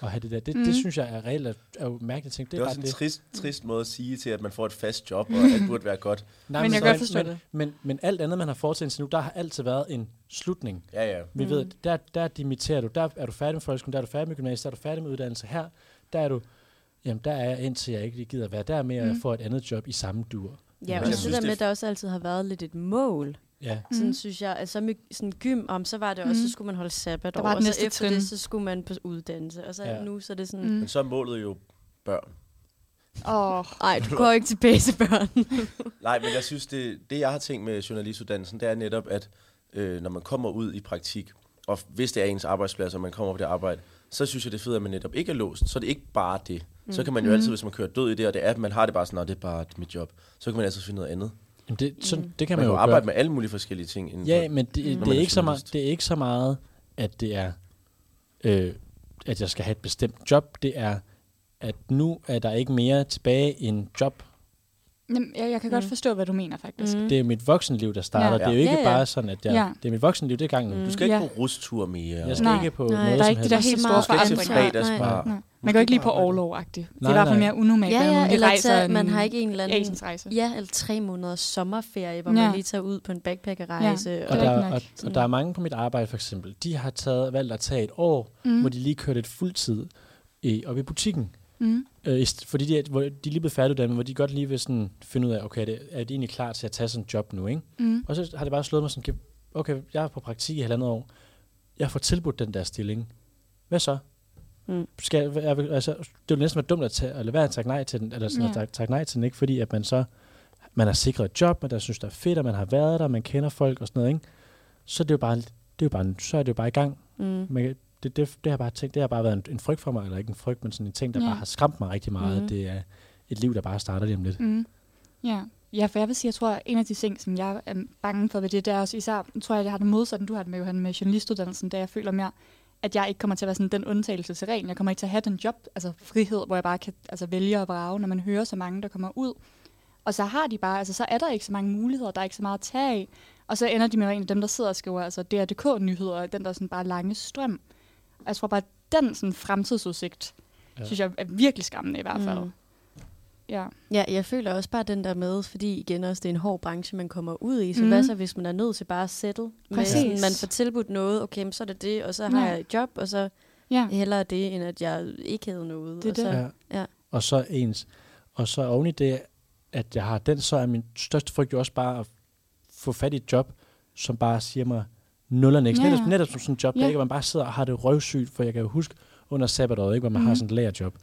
Og have det der, det, mm. det synes jeg er reelt er, er jo mærkeligt ting. Det,
Det
er
er
bare
også en
det.
trist, trist måde at sige til, at man får et fast job, og at det burde være godt.
Nej,
Men jeg
så-
kan godt forstå
men,
det.
Men, men, men alt andet, man har foretaget indtil nu, der har altid været en slutning.
Ja, ja.
Vi mm. ved, at der, der dimitterer du, der er du færdig med folkeskolen, der er du færdig med gymnasiet, der er du færdig med uddannelse. Her, der er du, jamen der er jeg indtil jeg ikke lige gider være der mere, mm. jeg får et andet job i samme dur.
Ja,
Jeg
og så
synes,
det der
det-
med, at der også altid har været lidt et mål.
Ja.
Mm. Sådan synes jeg, altså med sådan gym om, så var det også, så skulle man holde sabbat
Der
over,
var et
og så
næste
efter
trin.
det, så skulle man på uddannelse, og så
Ja.
ja. nu, så er det sådan,
Mm.
Men så er målet jo børn.
Åh,
nej, du går ikke tilbage til børn.
Nej, men jeg synes, det, det jeg har tænkt med journalistuddannelsen, det er netop, at øh, når man kommer ud i praktik, og hvis det er ens arbejdsplads, og man kommer på det arbejde, så synes jeg, det er fedt, at man netop ikke er låst. Så er det ikke bare det.
Mm.
Så kan man jo altid, hvis man kører død i det, og det er, at man har det bare sådan, at det er bare mit job, så kan man altid finde noget andet.
Jamen det, sådan, mm. det kan
Man,
man,
kan jo
jo
arbejde
gøre.
med alle mulige forskellige ting. Inden
Ja,
for-
men det, mm.
når
det,
man
er
er
ikke så meget,
journalist.
det er ikke så meget, at det er, øh, at jeg skal have et bestemt job. Det er, at nu er der ikke mere tilbage end job.
Jamen, jeg, jeg kan godt forstå, hvad du mener, faktisk.
Mm. Det er mit voksenliv, der starter.
Ja.
Det er jo ikke
Ja, ja.
bare sådan, at jeg...
Ja.
Det er mit voksenliv, det er gangen.
Du
Mm.
skal ikke
Ja.
på rustur mere.
Jeg skal
Nej.
ikke på
Nej.
noget
Der er
som
ikke det
helst.
der helt store
Du skal ikke til
forandringer.
fredagsbar.
Nej. Man går ikke lige på overlov-agtigt. Det
Nej,
er i hvert fald
nej.
mere unormalt,
Ja,
hvad man
ja,
lige
eller
rejser
tage,
en
man har ikke en eller anden...
Asiensrejse.
Ja, eller tre måneders sommerferie, hvor
Ja.
ja. man lige tager ud på en backpackerrejse.
Ja.
Ja.
Og
Det er
der,
rigtigt
og,
nok.
og der er mange på mit arbejde, for eksempel. De har taget, valgt at tage et år,
Mm.
mm. hvor de lige kørte et fuldtid i, op i butikken.
Mm.
Øh, i st- fordi de er, hvor de er lige blevet færdiguddannet, hvor de godt lige vil sådan finde ud af, okay, er, det, er de egentlig klar til at tage sådan en job nu, ikke?
Mm.
Mhm.
Og så har det bare slået mig sådan, okay, jeg er på praktik i halvandet år. Jeg får tilbudt den der stilling. Hvad så?
Mm.
Skal, jeg- jeg, vil- altså, det ville næsten være dumt at, tage, at lade være at takke nej til den, eller sådan
Ja.
ja. at tak- takke nej til den, ikke? Fordi at man så, man har sikret et job, man der synes, der er fedt, og man har været der, man kender folk og sådan noget, ikke? Så er det jo bare, det er jo bare, en- så er det jo bare i gang.
Mm.
Man, kan- det, det, det, har bare tænkt, det har bare været en, en frygt for mig, eller ikke en frygt, men sådan en ting, der
Ja.
ja. bare har skræmt mig rigtig meget.
Mhm.
Mm. Det er et liv, der bare starter lige om lidt.
Mm. Ja. ja, for jeg vil sige, jeg tror, at en af de ting, som jeg er bange for ved det, det er også især, nu tror jeg, at jeg har det modsatte, end du har det med, Johan, med journalistuddannelsen, da jeg føler mere, at jeg ikke kommer til at være sådan den undtagelse til reglen. Jeg kommer ikke til at have den job, altså frihed, hvor jeg bare kan altså, vælge og vrage, når man hører så mange, der kommer ud. Og så har de bare, altså så er der ikke så mange muligheder, der er ikke så meget at tage af. Og så ender de med at være en af dem, der sidder og skriver, altså DRDK-nyheder, den der sådan bare lange strøm. Og jeg tror bare, den sådan fremtidsudsigt, ja.
Ja.
synes jeg er virkelig skræmmende i hvert fald. Mm.
Mm.
Ja.
Ja, jeg føler også bare den der med, fordi igen også, det er en hård branche, man kommer ud i. Så
Mm.
mm. hvad så, hvis man er nødt til bare at settle? Med,
Præcis.
sådan, man får tilbudt noget, okay, men så er det det, og så har
Ja.
ja. jeg et job, og så
ja.
hellere det, end at jeg ikke havde noget.
Mm. Det er
og så,
det.
Ja.
Ja.
Og så ens. Og så oven i det, at jeg har den, så er min største frygt jo også bare at få fat i et job, som bare siger mig nul og niks.
Ja, ja.
Ja. Netop, netop som sådan et job, ja.
Ja.
der ikke, hvor man bare sidder og har det røvsygt, for jeg kan jo huske under sabbatåret, ikke, hvor man mm. har sådan et lærerjob.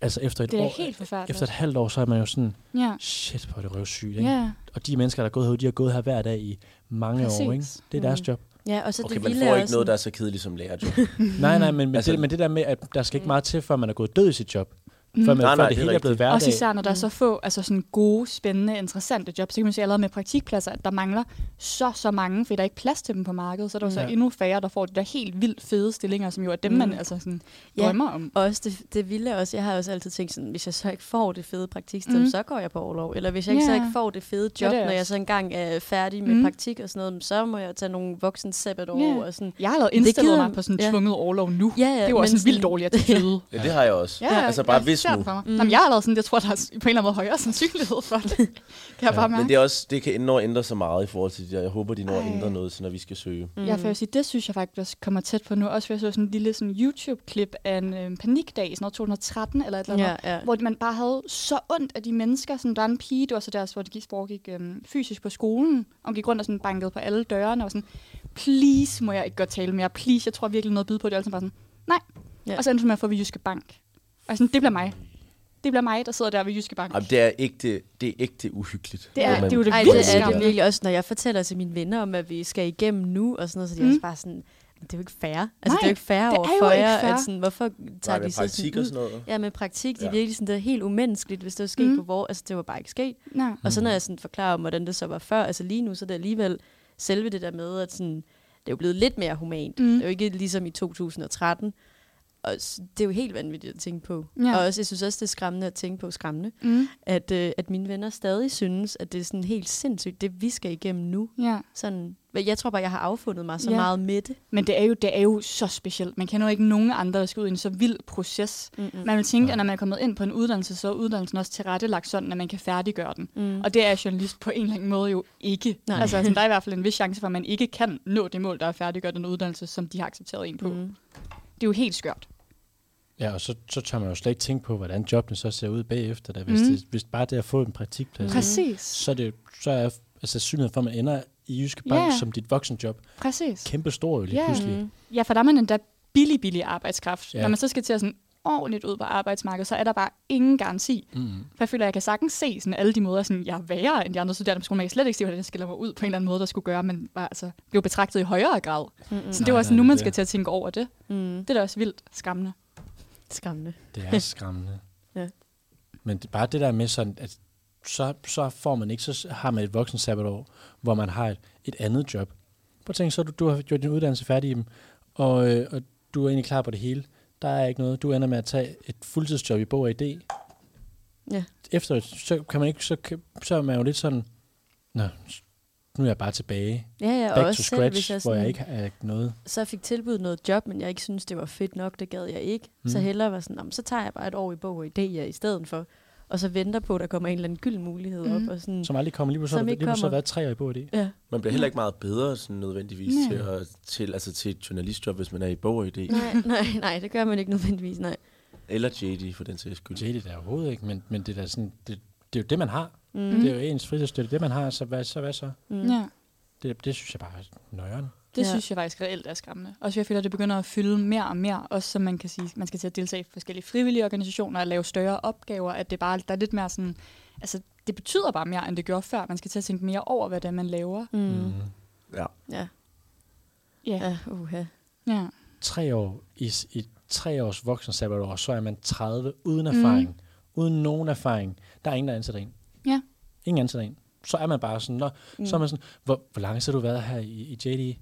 Altså efter et
Mhm. Det er
år,
øh,
helt forfærdeligt.
efter et halvt år, så er man jo sådan,
Ja.
shit, hvor er det røvsygt. Ikke?
Ja,
Og de mennesker, der er gået herude, de har gået her hver dag i mange Præcis. år. Ikke?
Præcis. Mhm.
Det er deres job.
ja, og så
Okay,
det
man
vilde
får
er
ikke
også
noget, der er så kedeligt som lærerjob.
Nej, nej, men, men,
Altså-
det, men det der med, at der skal ikke meget til, før man er gået død i sit job. Før,
Nej,
man, nej,
nej,
før
det
det,
er
hele er blevet hverdag.
Mhm. Også især, når der er
Mm.
så få altså sådan gode, spændende, interessante jobs. Så kan man se allerede med praktikpladser, at der mangler så, så mange, fordi der er ikke plads til dem på markedet. Så er der jo så
Ja.
endnu færre, der får de der helt vildt fede stillinger, som jo er dem,
Mm.
man altså sådan
Ja.
drømmer om.
Og Også det, det vilde er også, jeg har også altid tænkt sådan, hvis jeg så ikke får det fede praktiksted,
Mm.
mm. så går jeg på overlov. Eller hvis jeg ikke
Ja.
så ikke får det fede
Ja,
job,
det er
ja, når jeg
også.
så engang er færdig med
Mm.
mm. praktik og sådan noget, men så må jeg tage nogle voksen sabbatår
Ja.
yeah. og sådan.
Jeg har allerede
Det
indstillet
gider-
mig på sådan en
ja.
tvunget overlov nu.
Ja, ja,
det er jo også
men
en vildt
sådan-
dårlig attitude.
Ja, det har jeg også.
Ja,
altså
jeg
bare
ser
hvis
det
nu.
For mig. Mm. Jamen, jeg har allerede sådan, jeg tror, der er på en eller anden måde højere sandsynlighed for det. Kan jeg bare mærke.
Men det, er også, det kan nå at ændre sig meget i forhold til det der. Jeg håber, de når at ændre noget, så når vi skal søge.
Mm. Ja, for jeg vil sige, det synes jeg faktisk også kommer tæt på nu. Også fordi jeg så sådan en lille sådan YouTube-klip af en øh, panikdag i sådan noget 2013 eller et eller andet,
Ja, ja.
hvor man bare havde så ondt af de mennesker. Sådan, der var en pige, det var så deres, hvor de gik, foregik øh, fysisk på skolen, og hun gik rundt og sådan bankede på alle dørene og var sådan, please må jeg ikke godt tale mere, please, jeg tror virkelig noget at byde på. Det er altid bare sådan, nej. Ja.
Ja.
Og så endte hun med at få ved Jyske Bank. Og sådan, det bliver mig. Det bliver mig, der sidder der ved Jyske Bank.
Jamen, det er ægte, det er ægte uhyggeligt.
Det er-
når man-
det er jo det
Ej,
vildt
det er det
skammende.
virkelig også, når jeg fortæller til mine venner om, at vi skal igennem nu, og sådan noget, så de er
Mm.
også bare sådan, "Men det er jo ikke fair. Altså, det er
Nej,
jo ikke fair
det
over
er jo
for
ikke
jer,
fair.
at sådan, hvorfor tager
Nej,
de
med
så sådan
praktik og sådan
ud?
noget.
Ja, med praktik, det er
Ja.
virkelig sådan, det er helt umenneskeligt, hvis det var sket
Mm.
mm. på vores, altså det var bare ikke sket.
Nej.
Og så når jeg sådan forklarer om, hvordan det så var før, altså lige nu, så er det alligevel selve det der med, at sådan, det er jo blevet lidt mere humant.
Mm.
Mm. Det er jo ikke ligesom i 2013. Og s- det er jo helt vanvittigt at tænke på.
Ja.
Ja. Og også, jeg synes også, det er skræmmende at tænke på, skræmmende,
Mm.
at, øh, at mine venner stadig synes, at det er sådan helt sindssygt, det vi skal igennem nu.
Ja.
Sådan, men jeg tror bare, jeg har affundet mig så
Ja.
ja. meget med det.
Men det er, jo, det er jo så specielt. Man kender jo ikke nogen andre, der skal ud i en så vild proces.
Mm-mm.
Man vil tænke,
Nej.
at når man er kommet ind på en uddannelse, så er uddannelsen også tilrettelagt sådan, at man kan færdiggøre den.
Mm.
Og det er journalist på en eller anden måde jo ikke. Nej.
Nej.
Altså, sådan, der er i hvert fald en vis chance for, at man ikke kan nå det mål, der er færdiggøre den uddannelse, som de har accepteret en på. Mm.
Mm.
Det er jo helt skørt.
Ja, og så, så tør man jo slet ikke tænke på, hvordan jobbene så ser ud bagefter. Da. Hvis,
Mm.
mm. det, hvis bare det at få en praktikplads, mm.
Præcis.
så er, det, så er altså, synligheden for, at man ender i Jyske Bank
Ja.
yeah. som dit voksenjob
Præcis.
kæmpe stor jo lige
Ja.
yeah. pludselig.
Mm.
Ja, for der er man endda billig, billig arbejdskraft. Ja.
Ja.
Når man så skal til at sådan ordentligt ud på arbejdsmarkedet, så er der bare ingen garanti.
Mm.
For jeg føler, at jeg kan sagtens se sådan alle de måder, sådan, jeg er værre end de andre studerende på skolen. men Jeg kan slet ikke se, hvordan jeg skiller mig ud på en eller anden måde, der skulle gøre, at man var, altså, blev betragtet i højere grad. Mm. Så det
Nej,
var også
nej,
nu,
det er
man
det.
skal til at tænke over det.
Mm.
Det er da også vildt skræmmende.
Skræmmende.
Det er skræmmende.
Ja.
Men det, bare det der med sådan, at så, så får man ikke, så har man et voksen sabbatår, hvor man har et, et andet job. Prøv at tænke, så har du, du har gjort din uddannelse færdig, Iben, og, øh, og du er egentlig klar på det hele. Der er ikke noget. Du ender med at tage et fuldtidsjob i Bog og ID.
Ja.
Efter, så kan man ikke, så, kan- så er man jo lidt sådan, Nå, nu er jeg bare tilbage.
Ja, ja, og
Back to
også selv, hvis
scratch,
jeg,
hvor
sådan,
jeg ikke har noget.
så fik tilbudt noget job, men jeg ikke synes det var fedt nok, det gad jeg ikke. Mm. Så
Mm.
hellere var sådan, "Nå, men så tager jeg bare et år i bog og idéer i stedet for, og så venter på, at der kommer en eller anden gyld mulighed
Mm.
op. Og sådan,
Som aldrig kommer lige på så,
Som
lige
ikke
på så
kommer.
været tre år i Bog og ID.
ja.
Man bliver heller ikke meget bedre sådan nødvendigvis
Nej.
til, at, til, altså til et journalistjob, hvis man er i bog og idé.
Nej, nej, nej, det gør man ikke nødvendigvis, nej.
Eller JD for den sags skyld.
Det er det da overhovedet ikke, men, men det, er da sådan, det, det er jo det, man har.
Mm.
Mm. Det er jo ens fritidsstøtte, det man har, så hvad så? Hvad så?
Mm.
Ja.
Det, det synes jeg bare er nøjeren.
Det ja.
Ja.
synes jeg faktisk reelt er skræmmende. Også jeg føler, at det begynder at fylde mere og mere, også som man kan sige, man skal til at deltage i forskellige frivillige organisationer og lave større opgaver, at det bare der er lidt mere sådan, altså det betyder bare mere, end det gjorde før. Man skal til at tænke mere over, hvad det er, man laver.
Mm.
Mm.
Ja.
Ja,
Ja.
ja, uha.
ja.
Tre år i, s- i tre års voksen sabbatår, så er man 30 uden erfaring. Mm. Uden nogen erfaring. Der er ingen, der ansætter en.
Ja.
Ingen ansætter en. Så er man bare sådan, nå, mm. så er man sådan, hvor, hvor lang tid har du været her i, i JD?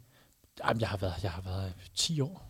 Jamen, jeg har været, jeg har været her i 10 år.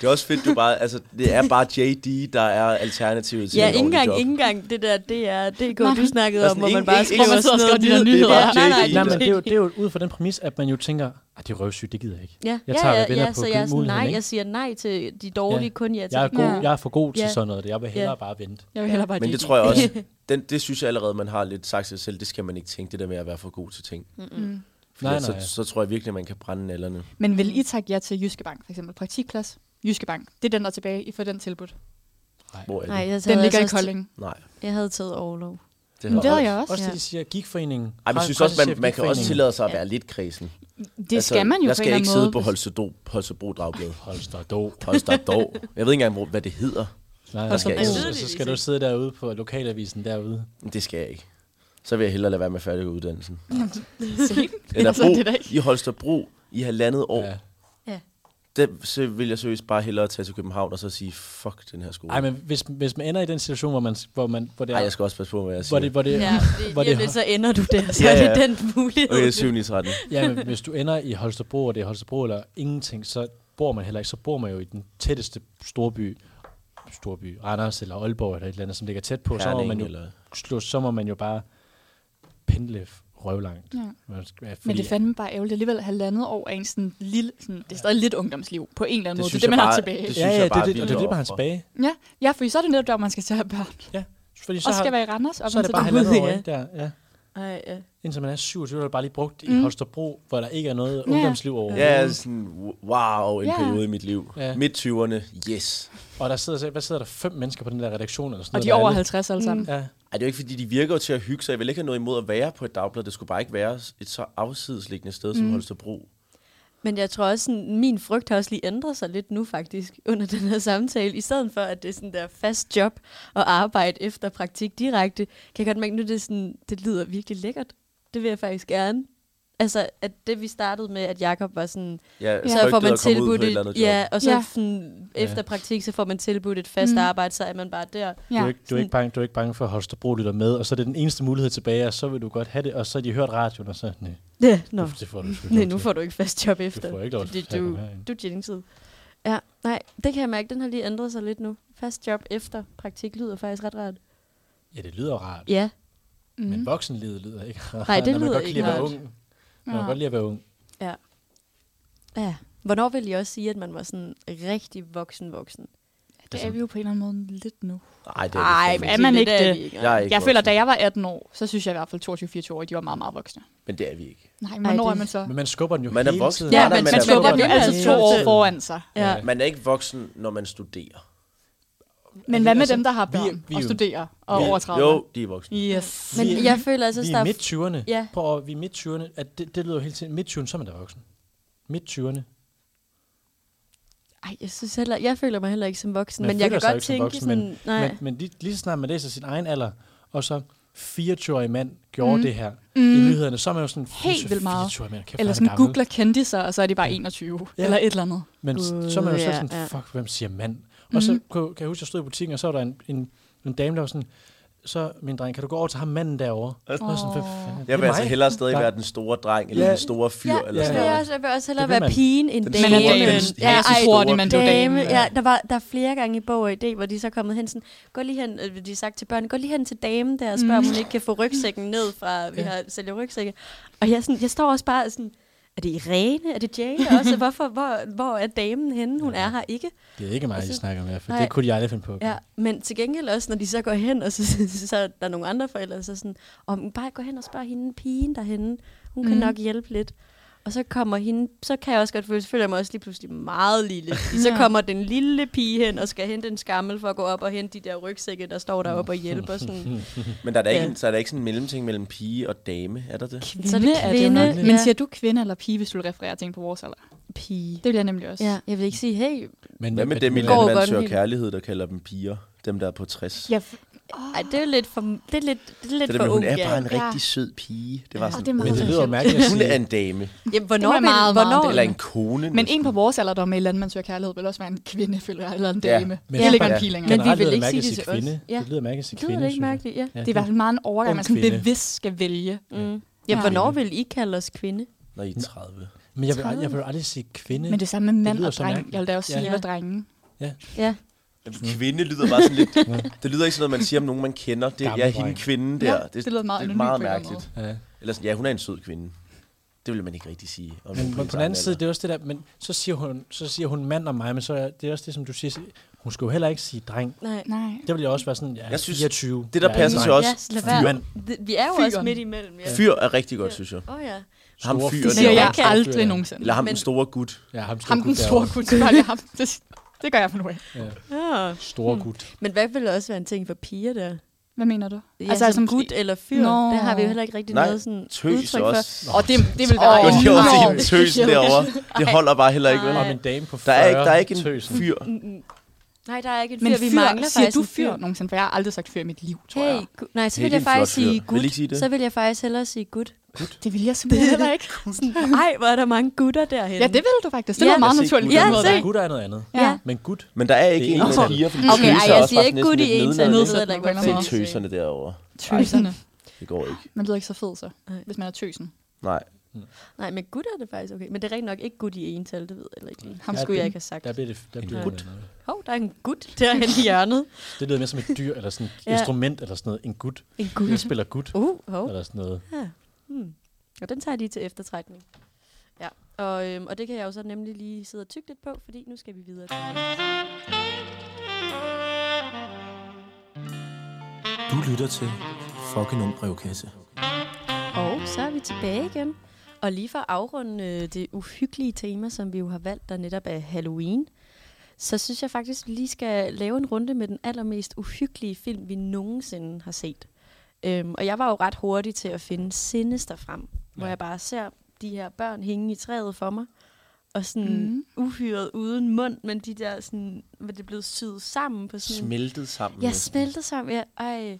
Det er også fedt, du bare, altså, det er bare JD, der er alternativet til
Ja,
et
ikke engang,
ordentligt
ikke
job.
engang det der DR, DK,
Nej.
du snakkede
Altså,
sådan
om, hvor man
ingen-
bare
ikke-
skriver
hvor man
sidder og
sådan
skriver de der
noget.
Det er
nyheder.
bare
Ja, nej, nej,
JD.
Nej, men
der-
det er, jo, det er jo ud fra den præmis, at man jo tænker, at det er røvsygt, det gider jeg ikke.
Ja,
Jeg
ja,
tager
ja,
venner
ja,
på
så jeg er sådan,
muligheden,
nej,
ikke?
jeg siger nej til de dårlige,
Ja.
kun Altså, ja til
Jeg er,
de
god,
Ja.
jeg er for god til
Ja.
sådan noget. Jeg vil hellere
Ja.
bare vente.
Jeg vil hellere bare
Men det
DJ.
tror jeg også, den, det synes jeg allerede, man har lidt sagt til sig selv, det skal man ikke tænke, det der med at være for god til ting.
Mm.
Nej,
Nej,
nej. Så,
nej.
så tror jeg virkelig, man kan brænde nallerne.
Men vil I takke jer til Jyske Bank, for eksempel praktikplads? Jyske Bank, det er den, der er tilbage. I får den tilbudt.
Hvor er det?
Nej, jeg
Den
havde
ligger i
altså også-
Kolding.
Nej.
Jeg havde taget overlov.
Det
Men det
har
havde
jeg.
jeg også.
Også det,
Ja.
de siger, gigforeningen.
Ej, men jeg synes også, man, man kan også tillade sig at være lidt kredsen.
Det
Altså,
skal man
Altså,
jo
Jeg
på
skal
en
ikke
eller anden
sidde på
måde.
Holstebro, Holstebro Dragblad.
Holster dog.
Holster dog. Jeg ved ikke engang, hvor- hvad det hedder.
Nej,
Holster
nej,
dog.
altså, så, så skal du sidde derude på lokalavisen derude.
Men Det skal jeg ikke. Så vil jeg hellere lade være med at færdiggøre uddannelsen.
Det
Eller
er sådan, det er
bo
der ikke.
i Holstebro i halvandet år.
Ja.
Der, så vil jeg seriøst bare hellere tage til København og så sige, fuck den her skole.
Ej, men hvis, hvis man ender i den situation, hvor man, hvor man, hvor det er,
Ej, jeg skal også passe på, hvad jeg
hvor
siger.
det, hvor det,
Ja,
hvor
det,
det,
så ender du der, så
Ja,
er det
ja.
den mulighed.
Okay, 7. 13.
ja, men hvis du ender i Holstebro, og det er Holstebro eller ingenting, så bor man heller ikke, så bor man jo i den tætteste storby, storby, Randers eller Aalborg eller et eller andet, som ligger tæt på, så må
Herning
man jo,
eller-
slå, så må man jo bare pendle røvlangt.
Ja.
Man skal- Fordi,
Men det er fandme bare ærgerligt. Alligevel halvandet år af en sådan lille, sådan, det er stadig lidt ungdomsliv på en eller anden måde. Det er
synes
det,
jeg
man har
bare-
tilbage.
det
ja,
synes
ja,
jeg bare
det,
er
det, det, det, er det,
vildt
man har
at ofre.
tilbage.
Ja, ja, for så er det netop der, hvor man skal tage børn.
Ja, fordi så,
Og skal
har,
være i Randers. Og
så er det bare
vende tilbage.
halvandet år,
ja.
ikke? Der, ja.
Ej, ja.
Indtil man er 27, der er det bare lige brugt i
Mm.
Holstebro, hvor der ikke er noget
Ja.
ungdomsliv over.
Ja, jeg er sådan, wow, en
Ja.
periode i mit liv.
Ja.
Midt 20'erne, yes.
Og der sidder, så- hvad sidder der fem mennesker på den der redaktion? Eller sådan
Og de er
noget,
over
der
50 alle sammen.
alle- Ja.
Ej, det er jo ikke, fordi de virker jo til at hygge sig. Jeg vil ikke have noget imod at være på et dagblad. Det skulle bare ikke være et så afsidesliggende sted
Mm.
som Holstebro.
Men jeg tror også, sådan, min frygt har også lige ændret sig lidt nu faktisk, under den her samtale. I stedet for, at det er sådan der fast job og arbejde efter praktik direkte, kan jeg godt mærke nu, det, er sådan, det lyder virkelig lækkert. Det vil jeg faktisk gerne. Altså, at det vi startede med, at Jakob var sådan,
Ja,
ja. så får man
tilbudt
tilbudt
et eller andet
et,
job.
ja, og så
Ja.
ja. Sådan, efter
Ja.
praktik, så får man tilbudt et fast
Mm.
mm. arbejde, så er man bare der.
Du, er ikke, du, er ikke bange, du er ikke bange for, at Holstebro lytter med, og så er det den eneste mulighed tilbage, og så vil du godt have det, og så har de hørt radioen, og så... Nej,
Ja, nå.
det får du sgu ikke
Nej,
lov
nu
til.
får du ikke fast job efter.
får ikke lov til
Fordi
at fortælle
du,
mig
du
herinde.
er tid. Ja, nej, det kan jeg mærke. Den har lige ændret sig lidt nu. Fast job efter praktik lyder faktisk ret rart.
Ja, det lyder rart.
Ja,
Mm.
Men voksenlivet lyder ikke rart.
Nej, det
når man
lyder
godt kan
ikke
lide at være
rart.
ung. Man kan
Ja.
godt lide at være ung.
ja. Ja. Hvornår ville I også sige, at man var sådan rigtig voksen-voksen?
Det er vi jo på en eller anden måde lidt nu.
Nej, det
Ej,
er det
men
ikke.
er man
Det
ikke
er
det?
vi ikke.
Jeg, er ikke
Jeg føler,
voksen,
da jeg var 18 år, så synes jeg i hvert fald 22-24 år, de var meget, meget voksne.
Men det er vi ikke.
Nej, men hvornår
det-
er man så?
Men man skubber den jo
Man er
hele
voksen.
tiden.
Ja,
Ja,
men
men altså,
man
man
er
skubber
voksen.
den jo
Man er
altid to
voksen.
år foran sig.
Ja.
Man er ikke voksen, når man studerer.
Men hvad med
Altså,
dem, der har
vi-
børn
vi er
og
jo-
studerer og
Vi-
over 30?
Jo, de er voksne.
Yes. Mm.
Men
Vi er-
jeg føler altså,
Vi
at
er
der
i
er
midt-20'erne.
Ja.
Prøv at, vi er midt-20'erne. At det, det lyder jo hele tiden. Midt-20'erne, så er man da voksen. Midt-20'erne.
Ej, jeg, synes heller, jeg føler mig heller ikke som voksen,
Man
men jeg kan
føler sig
godt
ikke som
tænke
voksen,
sådan,
men-
nej,
Men, men lige, lige så snart man læser sin egen alder, og så 24-årig mand gjorde mm. det her mm. i nyhederne, så er man jo sådan,
Helt vildt meget.
24 mand, kæft,
Eller
han er
sådan
gammel.
googler kendiser, og så er de bare 21.
Ja.
Eller et eller andet.
Men
Gud,
Gud, så er man jo så
ja,
sådan,
ja. Mm.
fuck, hvem siger mand? Og så kunne, kan jeg huske, jeg stod i butikken, og så var der en, en, en dame, der var sådan, så min dreng, kan du gå over til ham manden derovre? Og sådan, oh. sådan, "Hvad fanden er det?"
Jeg vil
Det er
altså
mig.
hellere stadig
Ja.
være den store dreng, eller
Ja.
den store fyr,
Ja,
eller
det
sådan
vil
noget.
jeg, vil også, jeg vil også hellere
Det vil
være
man.
pigen end
Den
damen.
store- den-
Ja, jeg synes hurtigt, men det er jo
dame.
damen.
Ja, der, var, der er flere gange i Bog og ID, hvor de så er kommet hen sådan, gå lige hen, øh, de har sagt til børnene, gå lige hen til damen der og spørg,
Mm.
om hun ikke kan få rygsækken ned fra, vi
Ja.
har sælger rygsække. Og jeg, er sådan, jeg står også bare sådan, er det Irene? Er det Jane også? Hvorfor, hvor, hvor er damen henne? Hun er her ikke.
Det er ikke mig,
Altså,
I snakker med, for
nej.
det kunne jeg aldrig finde på.
Ja, men til gengæld også, når de så går hen, og så, så, så er der nogle andre forældre, så sådan, om bare gå hen og spørg hende, pigen derhenne, hun kan
Mm.
nok hjælpe lidt. Og så kommer hende, så kan jeg også godt føle, så føler jeg mig også lige pludselig meget lille. Fordi så
Ja.
kommer den lille pige hen, og skal hente en skammel for at gå op og hente de der rygsække, der står deroppe og hjælper. Sådan.
Men der er da ikke,
Ja.
en- så er der ikke sådan en mellemting mellem pige og dame, er der det?
Så er det
det jo
kvinde,
nok.
ja.
Men siger du kvinde eller pige, hvis du refererer til en på vores alder?
Pige.
Det vil jeg nemlig også.
Ja, jeg vil ikke sige, hey,
Men,
Hvad med dem i
går
Landmand
godt
søger
helt-
kærlighed, der kalder dem piger? Dem, der er på 60.
Ja, f-
ej, det er lidt for, det er lidt, det er lidt
det
for
der med, hun
ungt.
er
Ja.
bare en
Ja.
rigtig sød pige. Det var sådan,
det er
Men
meget
det lyder jo mærkeligt at
hun
sige.
er en dame.
Jamen, hvornår,
Det var
vil,
meget, meget
hvornår,
Eller en kone.
men en på vores alder, der er med i Landmand Søger Kærlighed, vil også være en kvinde, føler jeg, eller en
Ja.
dame.
Men-
Det ligger en
Ja.
pige længere.
Men vi
Generelt
vil
lyder
ikke
mærkeligt
sige
at
det
sige
til
kvinde.
os. Ja.
Det lyder mærkeligt at sige
Lyder
kvinde.
det ikke
synes jeg.
mærkeligt? Ja.
Ja,
Det er i hvert fald meget en overgang,
Ung
man sådan
kvinde.
bevidst skal vælge.
Mm. Ja, hvornår vil I kalde os kvinde?
Når I er 30.
Men jeg vil, ald- jeg vil aldrig sige kvinde.
Men det samme med mand
lyder
og
så
dreng.
mærkeligt.
Jeg vil da også
Ja.
sige, at drenge.
Ja.
Kvinde lyder bare sådan lidt... det lyder ikke sådan noget, man siger om nogen, man kender. Det,
Gammel
jeg er hende
dreng.
kvinden der.
Ja, det lyder meget
det er
anonymt
meget
på en eller anden
mærkeligt.
ja.
Eller sådan, ja, hun er en sød kvinde. Det vil man ikke rigtig sige. Om nogen
Men, men
ens
på den
egen
anden side,
alder.
det er også det der, men så siger hun, så siger hun mand og mig, men så er det er også det, som du siger, så- hun skulle jo heller ikke sige dreng.
Nej.
Nej.
Der vil jeg også være sådan, ja,
Jeg synes,
24.
det, der
jeg er
passer
en
til
dreng.
os-
Ja, lad
Fyren.
være. Det- Vi er jo også
Fyren.
midt imellem. Ja.
Fyr er rigtig godt, synes jeg.
Åh oh, ja.
Ham
Store
fyr
fyr.
Det
Det
siger
er
jeg
meget kæft, det
aldrig
der.
nogensinde.
Eller ham,
Men-
den store gut.
Ja, ham,
Ham den store gut, så var det ham. Det, det gør jeg for nu af.
ja.
Store gut.
Men hvad ville også være en ting for piger der?
Hvad mener du?
Ja, altså, som gut eller fyr,
Nå.
det har vi jo heller ikke rigtig
Nej,
noget sådan
tøs
udtryk for.
også.
Og det, det vil
Jeg
være...
var lige over
enormt-
til tøsen derovre. Det holder bare heller ikke, vel?
Om en dame på 40.
Der er ikke, der er ikke en
tøsen.
fyr.
Nej, der er ikke en fyr,
Men
vi
fyr,
mangler
siger
faktisk
du
en
fyr nogensinde? For jeg har aldrig sagt fyr i mit liv, tror
Hey,
jeg.
gu- nej, så
Hey,
vil
det er
jeg
en
faktisk
flot fyr.
sige
Vil I
gut.
ikke sige det?
Så vil jeg faktisk hellere sige gut.
Det vil jeg simpelthen heller ikke.
Sådan, Ej, hvor er der mange gutter derhen.
Ja, det vil du faktisk. Det
Ja.
lyder meget
Jeg ser
naturligt.
gut.
på den
Ja,
måde
se.
der.
Altså, Gut er noget andet.
Ja.
Men gut.
Men der er ikke
Det
en
er
til
en
piger, fordi
Okay,
tøser
ej,
er
jeg
også
siger
bare
ikke
sådan
gut i
næsten
en
lidt
til
nedladende.
nedladende.
ved jeg heller ikke, hvorfor.
Selv
Se tøserne derovre.
Tøserne.
Det går ikke.
Man lyder ikke så fed, så. Hvis man er tøsen.
Nej.
Nej, men gut er det faktisk okay. Men det er rigtig nok ikke gut i ental, det ved jeg heller ikke. lige. Ham
Ja,
skulle
det-
jeg ikke have sagt.
Der bliver det, der bliver det, noget.
Hov, der er en gut derhen i hjørnet.
det lyder mere som et dyr, eller sådan et
Ja.
instrument, eller sådan noget. En gut.
En
Jeg
gut.
spiller gut.
Uh, hov.
Eller sådan noget.
Ja. Hmm. Og den tager jeg lige til eftertrækning. Ja, og, øhm, og det kan jeg jo så nemlig lige sidde og tygge lidt på, fordi nu skal vi videre til
Du lytter til Fucking Ung Brevkasse.
Og så er vi tilbage igen. Og lige for at afrunde øh, det uhyggelige tema, som vi jo har valgt, der netop er Halloween, så synes jeg faktisk, vi lige skal lave en runde med den allermest uhyggelige film, vi nogensinde har set. Øhm, og jeg var jo ret hurtig til at finde Sinister frem, ja. hvor
Ja.
jeg bare ser de her børn hænge i træet for mig, og sådan mm. uhyret uden mund, men de der sådan, hvor det er blevet syet sammen på sådan en
Smeltet sammen.
jeg smeltede sammen, Mm. ja. Ej.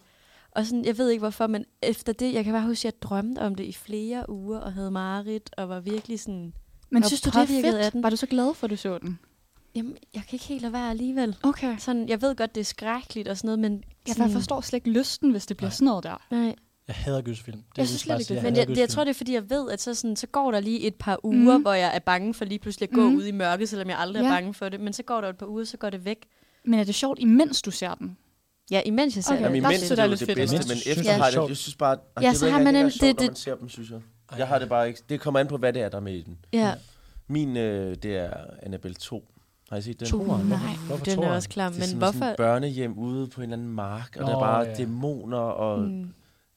Og sådan, jeg ved ikke hvorfor, men efter det, jeg kan bare huske, at jeg drømte om det i flere uger, og havde mareridt, og var virkelig sådan,
Men
Og
synes du, det er
påvirket af den.
fedt? Var du så glad for, at du så den?
jamen, jeg kan ikke helt lade være alligevel.
Okay.
Sådan, jeg ved godt, det er skrækkeligt og sådan noget, men...
Jeg
sådan,
forstår slet ikke lysten, hvis det bliver sådan noget der.
Nej.
Jeg hader gyserfilm. Det
Jeg
vil
synes
bare
slet ikke,
sige,
det-
hader
Men jeg, det, jeg
gyserfilm.
tror, det er, fordi jeg ved, at så, sådan, så går der lige et par uger, mm.
Mhm.
hvor jeg er bange for lige pludselig at gå mm.
Mhm.
ud i mørke, selvom jeg aldrig ja.
Ja.
er bange for det. Men så går der et par uger, så går det væk.
Men er det sjovt, imens du ser den?
Ja, imens jeg ser
Okay.
okay.
Jamen,
der
imens
synes
det
jeg,
er
det
jo
er
det
lidt fedt,
bedste,
eller hvad?
men
Synes
efter
jeg,
har
det er
det, jeg
sjovt.
synes bare, Ej,
Ja,
det
så
ved jeg
har
ikke,
man
om
en-
det, er sjovt,
det-
når
det-
man ser dem, synes jeg. Jeg har det bare ikke, det kommer an på, hvad det er, der er med i den.
Ja,
Min, øh, det er Annabelle 2. Har I set den?
Toeren,
Nej,
hvorfor, hvorfor
den er
toeren?
også klar.
Det er
Men
men sådan
hvorfor?
et børnehjem ude på en eller anden mark, og der er
Nå,
bare
ja.
dæmoner og mm.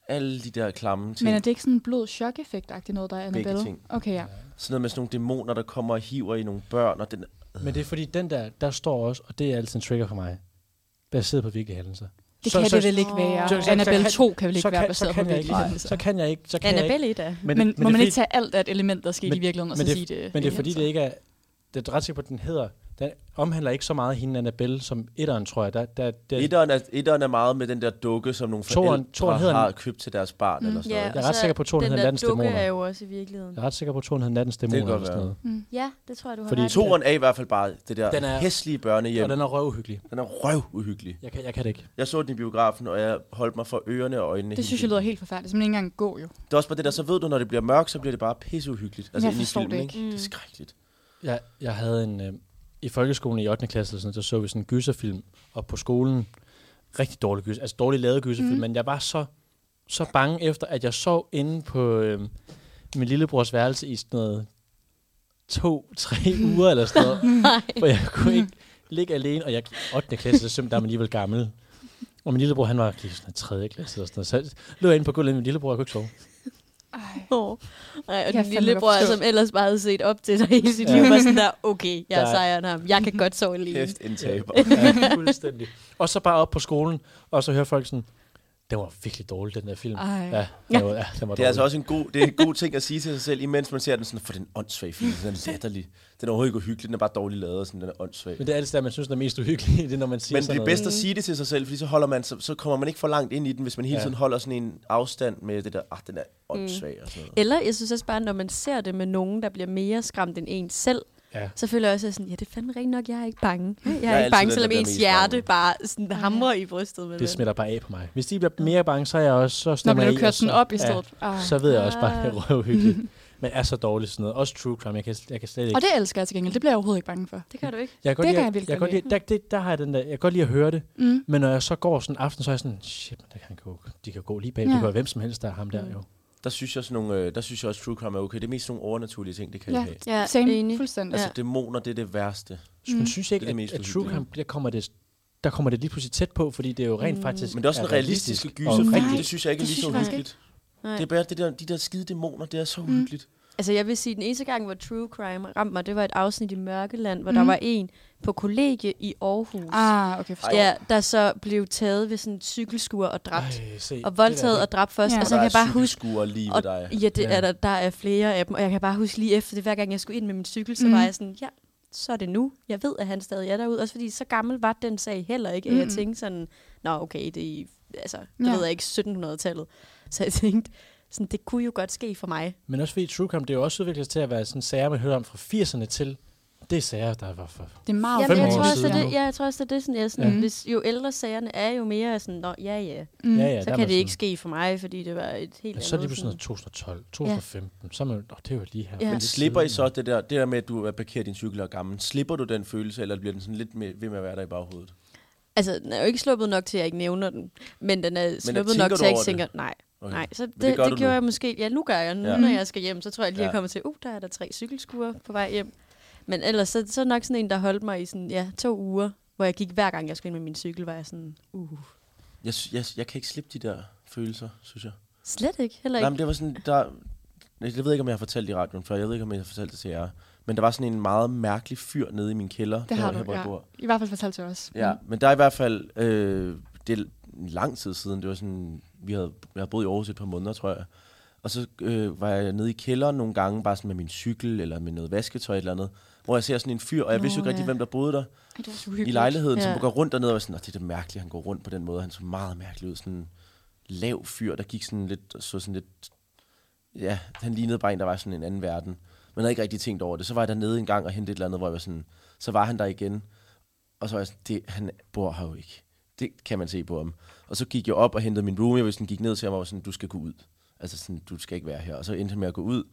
alle de der klamme ting.
Men er det ikke sådan en blod chok effekt noget, der er
Begge
Annabelle?
ting.
Okay, ja.
Sådan noget med sådan nogle dæmoner, der kommer og hiver i nogle børn, og den,
Men det er fordi, den der, der står også, og det er altid en trigger for mig, baseret på virkelige hændelser.
Det
Så-
kan
så-
det vel ikke være.
så- så- så-
Annabelle
kan-
2 kan vel ikke
så
være
kan, så
baseret på
kan jeg ikke,
virkelige
nej,
hændelser.
så kan jeg ikke, så kan jeg ikke.
Annabelle i dag.
Men, men,
det-
må
det
man
er
ikke tage alt af et element, der skete i virkeligheden, og så
men det, er
sige det? øh,
f- Men det er fordi, det ikke er... Det er ret sikker på, at den hedder... Den omhandler ikke så meget hende Annabelle som etteren, tror jeg. Der, der, der,
Etteren er, etteren er meget med den der dukke, som nogle
Toeren-
forældre
toeren hedder
har
den-
købt til deres barn. Mm. Eller sådan
Ja,
noget.
Jeg er
og
ret
så
sikker på, at Toren
den
hedder
der
Landens
dukke
Dæmoner.
er jo også i virkeligheden.
jeg er ret sikker på, at Toren hedder Nattens Dæmoner.
godt
eller sådan
være.
noget.
Ja, det tror jeg, du har
Fordi
ret i.
Toren er i hvert fald bare det der
Den er-
hæslige
Og
børnehjem. Den,
den er røvuhyggelig.
den er røvuhyggelig.
Jeg kan, jeg kan det ikke.
Jeg så den i biografen, og jeg holdt mig for ørerne og øjnene.
Det
hele
synes jeg
tiden.
lyder helt forfærdeligt, som ikke engang gå jo.
Det er også bare det der, så ved du, når det bliver mørkt, så bliver det bare pisseuhyggeligt. Altså
Jeg
inde i
forstår det
filmen,
ikke. Mm.
Det er skrækkeligt.
Jeg, jeg havde en... Øh, I folkeskolen i 8. klasse, eller sådan, noget, der så vi sådan en gyserfilm. Og på skolen, rigtig dårlig gyser, altså dårlig lavet gyserfilm, mm. men jeg var så, så bange efter, at jeg sov inde på øh, min lillebrors værelse i sådan noget to-tre uger eller sådan noget.
Nej.
For jeg kunne ikke ligge alene, og jeg 8. klasse, så simpelthen, der er man alligevel gammel. Og min lillebror, han var gik sådan i 3. klasse eller sådan noget. Så lå jeg inde på gulvet med min lillebror, jeg kunne ikke sove.
Åh. Nej, og
Kan
din
jeg fandme
lillebror,
godt forstå.
som ellers bare havde set op til dig hele sit
Ja.
liv, var sådan der, okay, jeg er
Der-
sejeren ham. Jeg kan godt sove alene.
Kæft, en taber.
Ja, fuldstændig. Og så bare op på skolen, og så hører folk sådan, den var virkelig dårlig, den der film.
Ej.
Ja, den var, ja, den var
Det er altså
dårlig.
også en god, det er en god ting at sige til sig selv, imens man ser den sådan, for den er åndssvag film, den er latterlig. Den er overhovedet ikke uhyggelig, den er bare dårligt lavet, og sådan, den er åndssvag.
Men det er altid der, man synes, den er mest uhyggelig, det er, når man siger
Men det
sådan
er bedst at sige det til sig selv, fordi så, holder man, så, så kommer man ikke for langt ind i den, hvis man hele
Ja.
tiden holder sådan en afstand med det der, ah, den er
Mm.
åndssvag og sådan noget.
Eller jeg synes også bare, når man ser det med nogen, der bliver mere skræmt end en selv,
Ja.
så føler jeg også at sådan, ja, det er fandme rigtigt nok, jeg er ikke bange. Jeg er, jeg er
er
ikke bange,
altid den,
selvom
der er
ens
mest
hjerte
bange.
bare sådan hamrer i brystet med
Det
det.
smitter bare af på mig. Hvis de bliver mere bange, så er jeg også... Så
Når
stemmer
man
jeg
nu
i,
kørt
og
sådan
så-
op i stedet. Ah.
Så ved jeg også bare, at det er røvhyggeligt. Men er så dårligt sådan noget. Også true crime, jeg kan, jeg kan slet ikke...
Og det elsker jeg til gengæld. Det bliver jeg overhovedet ikke bange for.
Det gør du ikke.
Jeg kan godt
Det
lide,
kan jeg
jeg,
vildt
jeg kan
godt
godt lide, der, det, der har jeg den der, jeg kan godt lide at høre det,
Mm.
men når jeg så går sådan en aften, så er jeg sådan, shit, man, der kan gå, de kan gå lige bag, ja.
Ja.
det kan være hvem som helst, der er ham der jo.
Der synes jeg, sådan nogle, øh, der synes jeg også, true crime er okay. Det er mest sådan nogle overnaturlige ting, det kan
Ja.
jeg have.
Ja,
Same,
enig.
fuldstændig.
Altså, dæmoner, det er det værste.
Så
Mm.
man synes ikke,
Det er det mest
at, at true
uhyggelige.
crime, der kommer det, der kommer det lige pludselig tæt på, fordi det er jo
Mm.
rent faktisk
Men det er også en realistisk gyserfilm.
og
Det
rigtigt.
synes jeg ikke er
Det
lige så
synes jeg faktisk
uhyggeligt.
Nej.
Det er bare det der, de der skide dæmoner, det er så uhyggeligt.
Altså jeg vil sige, den eneste gang, hvor true crime ramte mig, det var et afsnit i Mørkeland, hvor der var en på kollegie i Aarhus.
Ah, okay, forstår.
Ja, der så blev taget ved sådan en cykelskur og dræbt.
Ej, se,
og voldtaget og dræbt først,
Ja.
ja. og så
der
kan
er
jeg bare huske,
cykelskuer lige ved
og,
dig.
ja, det
Ja.
er der, der er flere af dem, og jeg kan bare huske lige efter det, hver gang jeg skulle ind med min cykel, så mm. var jeg sådan, ja, så er det nu. Jeg ved, at han stadig er derude, også fordi så gammel var den sag heller ikke, at jeg
Mm.
tænkte sådan, nå okay, det er i, altså, det
Ja.
ved jeg ikke, 1700-tallet. Så jeg tænkte, sådan, det kunne jo godt ske for mig.
Men også fordi true crime, det er jo også udviklet sig til at være sådan sager, man hører om fra 80'erne til, det er sager, der var for...
Mm.
Det er meget
Fem
Jamen, jeg,
år
tror også,
siden
at
nu.
det, ja, jeg tror også, at det er sådan, jeg er sådan
Ja.
hvis, jo ældre sagerne er, jo mere sådan, nå ja ja,
Mm.
Ja, ja,
så
der
kan
var
det ikke
sådan-
ske for mig, fordi det var et helt
Men
andet.
så er det
sådan-
pludselig sådan noget 2012, 2015, så er man, åh, det er jo lige her.
Ja.
for
Men
lidt
slipper I
siden,
så
og-
det der, det der med, at du er parkeret din cykel og er gammel? Slipper du den følelse, eller bliver den sådan lidt med, ved med at være der i baghovedet?
Altså, den er jo ikke sluppet nok til, at jeg ikke nævner den. Men den er sluppet
tænker
nok
du
til, at jeg
over
ikke
det?
tænker, nej. Okay. Nej, så det,
det
det,
gør
det
du
gjorde
nu?
jeg måske. Ja, nu gør jeg nu, ja.
Ja.
når jeg skal hjem. Så tror jeg lige, jeg
Ja.
kommer til, uh, der er der tre cykelskure på vej hjem. Men ellers, så, så er det nok sådan en, der holdt mig i sådan, ja, to uger, hvor jeg gik hver gang, jeg skulle ind med min cykel, var jeg sådan, uh.
Jeg, sy- jeg, jeg kan ikke slippe de der følelser, synes jeg.
Slet ikke, heller
Nej,
ikke.
men det var sådan, der... Jeg ved ikke, om jeg har fortalt det i radioen før. Jeg ved ikke, om jeg har fortalt det til jer. Men der var sådan en meget mærkelig fyr nede i min kælder.
Det
der,
har
hvor
du,
jeg
ja.
bor.
I hvert fald fortalt til os.
Ja,
Mm.
men der er i hvert fald... Øh, det er en lang tid siden. Det var sådan... Vi havde, jeg havde boet i Aarhus et par måneder, tror jeg. Og så øh, var jeg nede i kælderen nogle gange, bare sådan med min cykel eller med noget vasketøj eller noget. Hvor jeg ser sådan en fyr, og jeg
Nå,
vidste jo ikke rigtig,
ja.
hvem der boede der.
Ej, det var så
i
hyggeligt.
lejligheden, ja.
Ja.
som går rundt dernede, og jeg var sådan, "Nå, det er da mærkeligt, han går rundt på den måde, han så meget mærkelig ud, sådan en lav fyr, der gik sådan lidt, så sådan lidt, ja, han lignede bare en, der var sådan en anden verden. Men jeg havde ikke rigtig tænkt over det. Så var jeg dernede en gang og hentede et eller andet, hvor jeg var sådan, så var han der igen. Og så var jeg sådan, det, han bor her jo ikke. det kan man se på ham. Og så gik jeg op og hentede min roomie, og hvis den gik ned til ham, og var sådan, du skal gå ud. Altså sådan, du skal ikke være her. Og så endte han med at gå ud.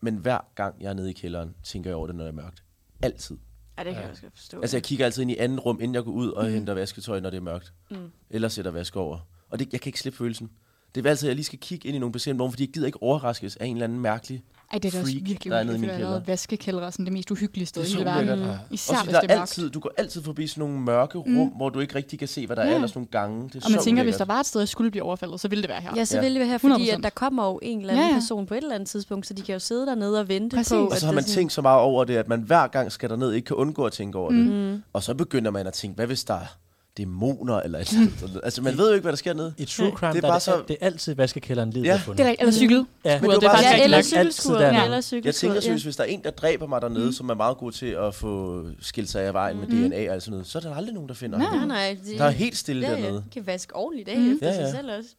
Men hver gang jeg er nede i kælderen, tænker jeg over det, når det er mørkt. Altid.
Ja, det kan jeg også godt forstå.
Altså jeg kigger altid ind i anden rum, inden jeg går ud og
Mhm.
mm. henter vasketøj, når det er mørkt. Mm. Eller sætter vask over. Og det, jeg kan ikke slippe følelsen. Det er altid, at jeg lige skal kigge ind i nogle bestemte rum, fordi jeg gider ikke overraskes af en eller anden mærkelig
Ej, det er da også
freak,
virkelig
der er nede i min
uhyggeligt, at der
kælder.
er vaskekældre og sådan det mest uhyggelige sted
Det er
i hele
så
verden.
ulækkert.
Især
Også fordi
hvis
der
det er
er
mørkt.
altid, du går altid forbi sådan nogle mørke rum, mm. hvor du ikke rigtig kan se, hvad der er,
Ja.
eller sådan nogle gange. Det er
Og man
så
tænker, hvis
ulækkert.
der var et sted, jeg skulle blive overfaldet, så ville det være her.
Ja, så
Ja.
ja. vil det være her, fordi
100%.
at der kommer jo en eller anden
Ja,
ja,
ja.
ja. person på et eller andet tidspunkt, så de kan jo sidde dernede og vente
Præcis.
på,
Og
Og
at
så har man
det
tænkt så meget over det, at man hver gang skal derned ikke kan undgå at tænke over mm. det. Og så begynder man at tænke, hvad hvis der er dæmoner eller et eller andet. Altså, man ved jo ikke, hvad der sker nede.
I True Crime, det er, bare så... det, det er altid vaskekælderen livet
Ja.
ja. fundet.
Det er der, eller cykel.
Ja.
Men det er
det er
bare
faktisk
sådan-
Ja,
rigtig
eller
nok.
Altid
cykelskuret,
dernede.
eller
Jeg
cykelskuret.
tænker synes,
ja.
hvis der er en, der dræber mig dernede, mm. som er meget god til at få skilt sig af vejen mm. med DNA og sådan noget, så er der aldrig nogen, der finder
Nej.
ham.
Mm-hmm. Nej, nej. Det,
Der er helt stille
ja, ja,
dernede.
de kan vaske ordentligt af mm. efter
Ja,
ja, ja.
ja.
sig selv også.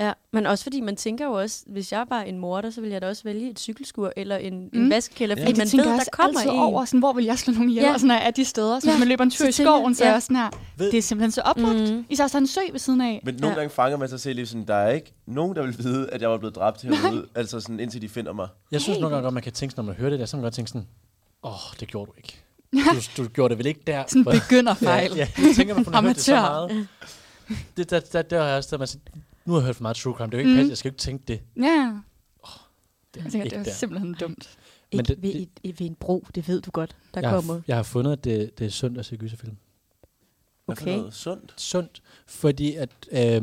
Ja, men også fordi man tænker jo også, hvis jeg var en morder, så ville jeg da også vælge et cykelskur eller en, mm.
Mm.
en vaskekælder,
Ja.
fordi
det
man
tænker
ved,
jeg
der
også
kommer
altid
en.
over, sådan, hvor vil jeg slå nogen ihjel,
Ja.
ja. og sådan er de steder. Så ja.
Ja.
man løber en tur
Så
i
tænker jeg-
skoven, så er
ja.
jeg sådan her,
Ved-
det er simpelthen så oplagt. Mm. Især hvis der er en sø ved siden af.
Men nogle
Ja.
gange fanger man sig selv i sådan, der er ikke nogen, der vil vide, at jeg var blevet dræbt herude, altså sådan, indtil de finder mig.
Jeg synes nogle gange godt, man kan tænke sådan, når man hører det der, så kan man godt tænke sådan, åh, oh, det gjorde du ikke. Du, du gjorde det vel ikke der.
Sådan
hvor-
begynder fejl.
Ja, ja, jeg tænker, man kunne have hørt det så
Amatør.
meget. Det, der, der, der, har jeg også, der man sådan, nu har jeg hørt for meget true crime, det er jo ikke mm.
Mm.
passe, jeg skal jo ikke tænke det.
Ja,
Det er
jeg tænker,
ikke
det
der.
er simpelthen dumt.
Men
Ikke
det-
ved, et, et, ved en bro, det ved du godt, der
jeg,
kommer.
har, jeg har fundet, at det, det er sundt at se gyserfilm.
Hvad for
Okay.
noget sundt.
Sundt, fordi at, øh,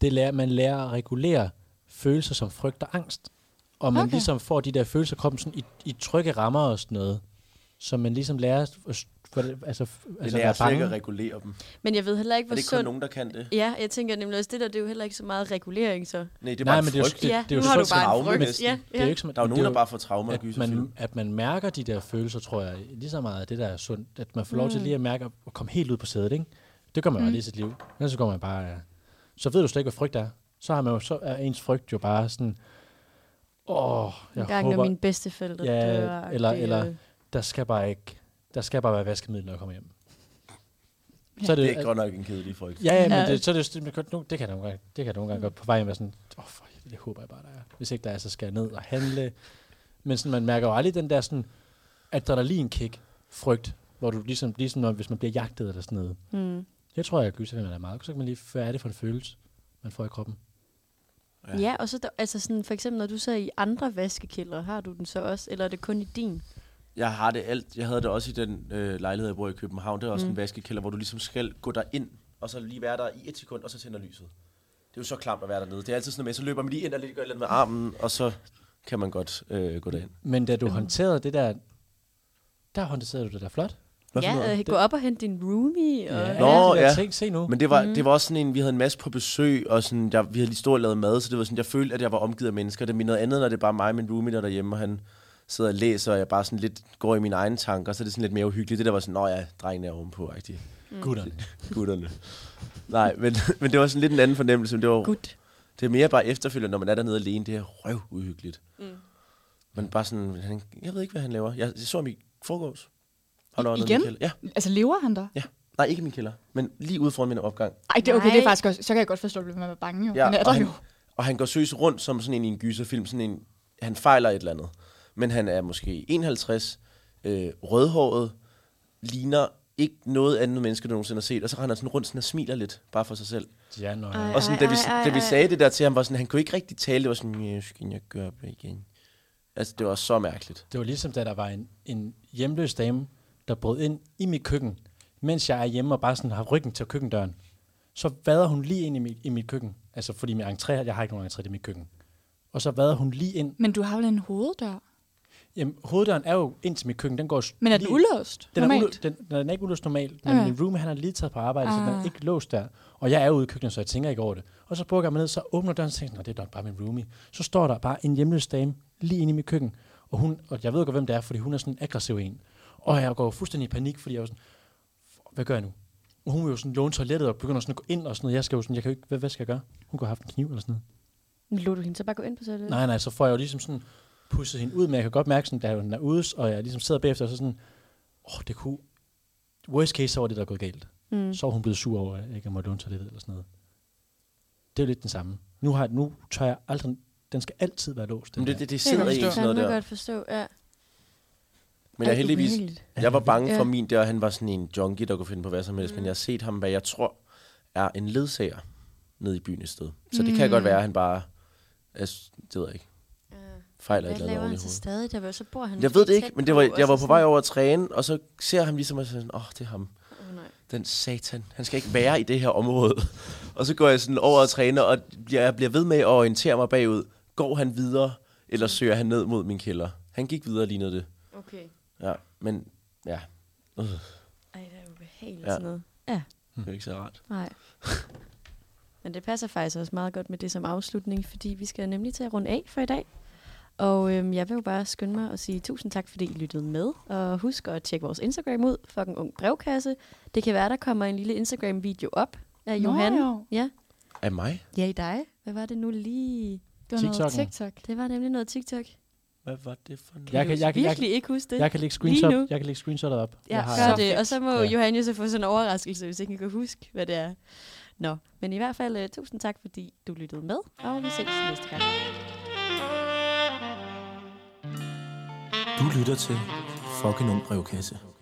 det lærer, man lærer at regulere følelser som frygt og angst. Og man okay.
Okay.
ligesom får de der følelser i kroppen sådan i, i trygge rammer og sådan noget. Så man ligesom lærer at, at, at, altså,
Det
altså
lærer
være
slet ikke at
bange.
regulere dem. Og
Men jeg ved heller ikke,
det
hvor
er ikke kun
sundt...
nogen, der kan det.
Ja, jeg tænker nemlig også, det der, det er jo heller ikke så meget regulering, så.
Nej, det er
Nej,
bare en
men det er jo-
frygt.
det-
ja,
er jo
nu har du
sundt
bare en
traume
frygt.
næsten.
Ja,
Det er
ja.
jo ikke som,
Der er jo nogen,
det
der bare får traumer af
at man,
gyserfilm.
at man mærker de der følelser, tror jeg, lige så meget af det, der er sundt. At man får lov til lige at mærke at at komme helt ud på sædet, ikke? Det gør man jo aldrig i sit liv. Ellers så går man bare... ja. Så ved du slet ikke, hvad frygt er. Så, har man jo, så er ens frygt jo bare sådan... Åh, jeg
En gang,
håber...
når mine bedsteforældre
Ja,
dør.
eller-
det,
eller-
øh,
Der skal bare ikke... Der skal bare være vaskemiddel, når jeg kommer hjem.
Ja.
Så er det,
Det er godt nok en kedelig frygt.
Ja, ja, men
Ja.
det, så er det, det, det, det kan jeg nogle gange, det kan jeg nogle gange godt på vej hjem være sådan, åh, oh, for helvede, det håber jeg bare, der er. Hvis ikke der er, så skal jeg ned og handle. Men sådan, man mærker jo aldrig den der sådan adrenalinkick frygt, hvor du ligesom, ligesom når, hvis man bliver jagtet eller sådan noget.
Mm.
Jeg tror, jeg gyser, man er meget. Så kan man lige, hvad er det for en følelse, man får i kroppen?
Ja.
Ja. ja, og så der, altså sådan, for eksempel, når du så er i andre vaskekilder, har du den så også, eller er det kun i din?
Jeg har det alt. Jeg havde det også i den øh, lejlighed, jeg bor i København. Det er også mm. en vaskekælder, hvor du ligesom skal gå der ind og så lige være der i et sekund, og så tænder lyset. Det er jo så klamt at være dernede. Det er altid sådan noget med, så løber man lige ind og lige gør lidt med armen, og så kan man godt øh, gå derind.
Men da du håndterede det der, der håndterede du det der flot.
Hvad for
ja,
noget?
øh, gå op og hente din roomie. Og, ja.
Nå,
alle de der
ja.
Ting, se nu.
Men det var, mm. det var også sådan en, vi havde en masse på besøg, og sådan, jeg, vi havde lige stået og lavet mad, så det var sådan, jeg følte, at jeg var omgivet af mennesker. Det er noget andet, når det er bare mig og min roomie, der er derhjemme, og han sidder og læser, og jeg bare sådan lidt går i mine egne tanker, så er det sådan lidt mere uhyggeligt. Det der var sådan, nå ja, drengene er ovenpå, rigtigt.
Gutterne.
gutterne. Nej, men, men det var sådan lidt en anden fornemmelse. men Det, var,
Gut.
det er mere bare efterfølgende, når man er dernede alene. Det er røv uhyggeligt. Mm. Men bare sådan, han, jeg ved ikke, hvad han laver. Jeg, jeg så ham i forgårs. Holder
I-
øje med
igen?
Min kælder. ja,
Altså, lever han der?
ja. Nej, ikke i min kælder, men lige ude foran min opgang.
Ej, det, okay, det er
Nej.
faktisk også, så kan jeg godt forstå, at man er bange jo.
Ja,
Men er
og,
der
han,
jo.
og han går søs rundt som sådan en i en gyserfilm. Sådan en, han fejler et eller andet. Men han er måske 51, øh, rødhåret, ligner ikke noget andet menneske, du nogensinde har set. Og så render han sådan rundt sådan og smiler lidt, bare for sig selv.
Ja, nå, ja.
Og sådan,
Ej,
da, vi,
ej, ej,
da vi
ej.
sagde det der til ham, var sådan, han kunne ikke rigtig tale. Det var sådan, jeg skal jeg gøre det igen. Altså, det var så mærkeligt.
Det var ligesom, da der var en, en hjemløs dame, der brød ind i mit køkken, mens jeg er hjemme og bare sådan har ryggen til køkkendøren. Så vader hun lige ind i mit, i mit køkken. Altså, fordi min entré, jeg har ikke nogen entré i mit køkken. Og så vader hun lige ind.
Men du har jo en hoveddør.
Jamen, hoveddøren er jo ind til mit køkken. Den går s-
Men er den
lige,
ulåst?
Den er,
normalt?
ulo- den, den er ikke ulåst normalt, men
Okay.
min room, han har lige taget på arbejde, så den er
Ah.
ikke låst der. Og jeg er ude i køkkenet, så jeg tænker ikke over det. Og så bukker jeg mig ned, så åbner døren, og tænker, "Nå, det er nok bare min roomie. Så står der bare en hjemløs dame lige inde i mit køkken. Og, hun, og jeg ved godt, hvem det er, fordi hun er sådan en aggressiv en. Og jeg går fuldstændig i panik, fordi jeg er jo sådan, "F- hvad gør jeg nu? Og hun vil jo sådan låne toilettet og begynder sådan at gå ind og sådan noget. Jeg skal jo sådan, jeg kan jo ikke, hvad, hvad skal jeg gøre? Hun kunne have haft en kniv eller sådan noget.
Men Lod du hende så bare gå ind på toilettet?
Nej, nej, så får jeg jo ligesom sådan pusset hende ud, men jeg kan godt mærke, sådan, da hun er ude, og jeg ligesom sidder bagefter, og så sådan, åh, oh, det kunne, worst case, så var det, der er gået galt.
Mm.
Så er hun blevet sur over, at jeg ikke måtte låne toilettet eller sådan noget. Det er jo lidt den samme. Nu, har, jeg- nu tør jeg aldrig... Den skal altid være låst. Den
Men det,
der.
det, det sidder i
kan
sådan noget
fandme
der.
godt forstå, ja.
Men jeg er heldigvis... Jeg var bange for
Ja. Mm.
min der, han var sådan en junkie, der kunne finde på hvad som helst. Men jeg har set ham, hvad jeg tror er en ledsager nede i byen et sted. Så det kan
Mm.
godt være, at han bare... Jeg, s- det ved jeg ikke. Fejler et
Hvad
eller andet
laver
oven i
han så
hovedet.
stadig? Der var, så bor han
Jeg ved det
lige
ikke,
tæt
men det var, jeg var på
altså
vej
sådan-
over at træne, og så ser han ligesom, og så er jeg sådan, åh, oh, det er ham.
Åh, nej.
den satan, han skal ikke være i det her område. og så går jeg sådan over og træner, og jeg bliver ved med at orientere mig bagud. Går han videre, eller søger han ned mod min kælder? Han gik videre lige det.
Okay.
Ja, men ja,
Ej, det er ubehageligt
Ja.
ja. sådan noget.
det er ikke så rart.
Nej. Men det passer faktisk også meget godt med det som afslutning, fordi vi skal nemlig til at runde af for i dag. Og øhm, jeg vil jo bare skynde mig at sige tusind tak, fordi I lyttede med. Og husk at tjekke vores Instagram ud, fucking ung brevkasse. Det kan være, der kommer en lille Instagram-video op af
Nå,
Johan.
jo.
Ja.
Af mig?
ja, i dig. Hvad var det nu lige?
Det var noget
TikTok'en.
TikTok.
Det var nemlig noget TikTok.
Hvad var det for noget?
Jeg kan, jeg, kan, jeg,
Virkelig
kan,
ikke huske det.
jeg, kan
Lige
lægge screenshot,
nu.
jeg kan lægge screenshotet op.
Ja,
jeg har,
gør
Så
det.
fedt.
Og så må
Ja.
ja. Johannes få sådan en overraskelse, hvis ikke han kan huske, hvad det er. Nå, men i hvert fald uh, tusind tak, fordi du lyttede med, og vi ses næste gang.
Du lytter til Fucking Ung Brevkasse.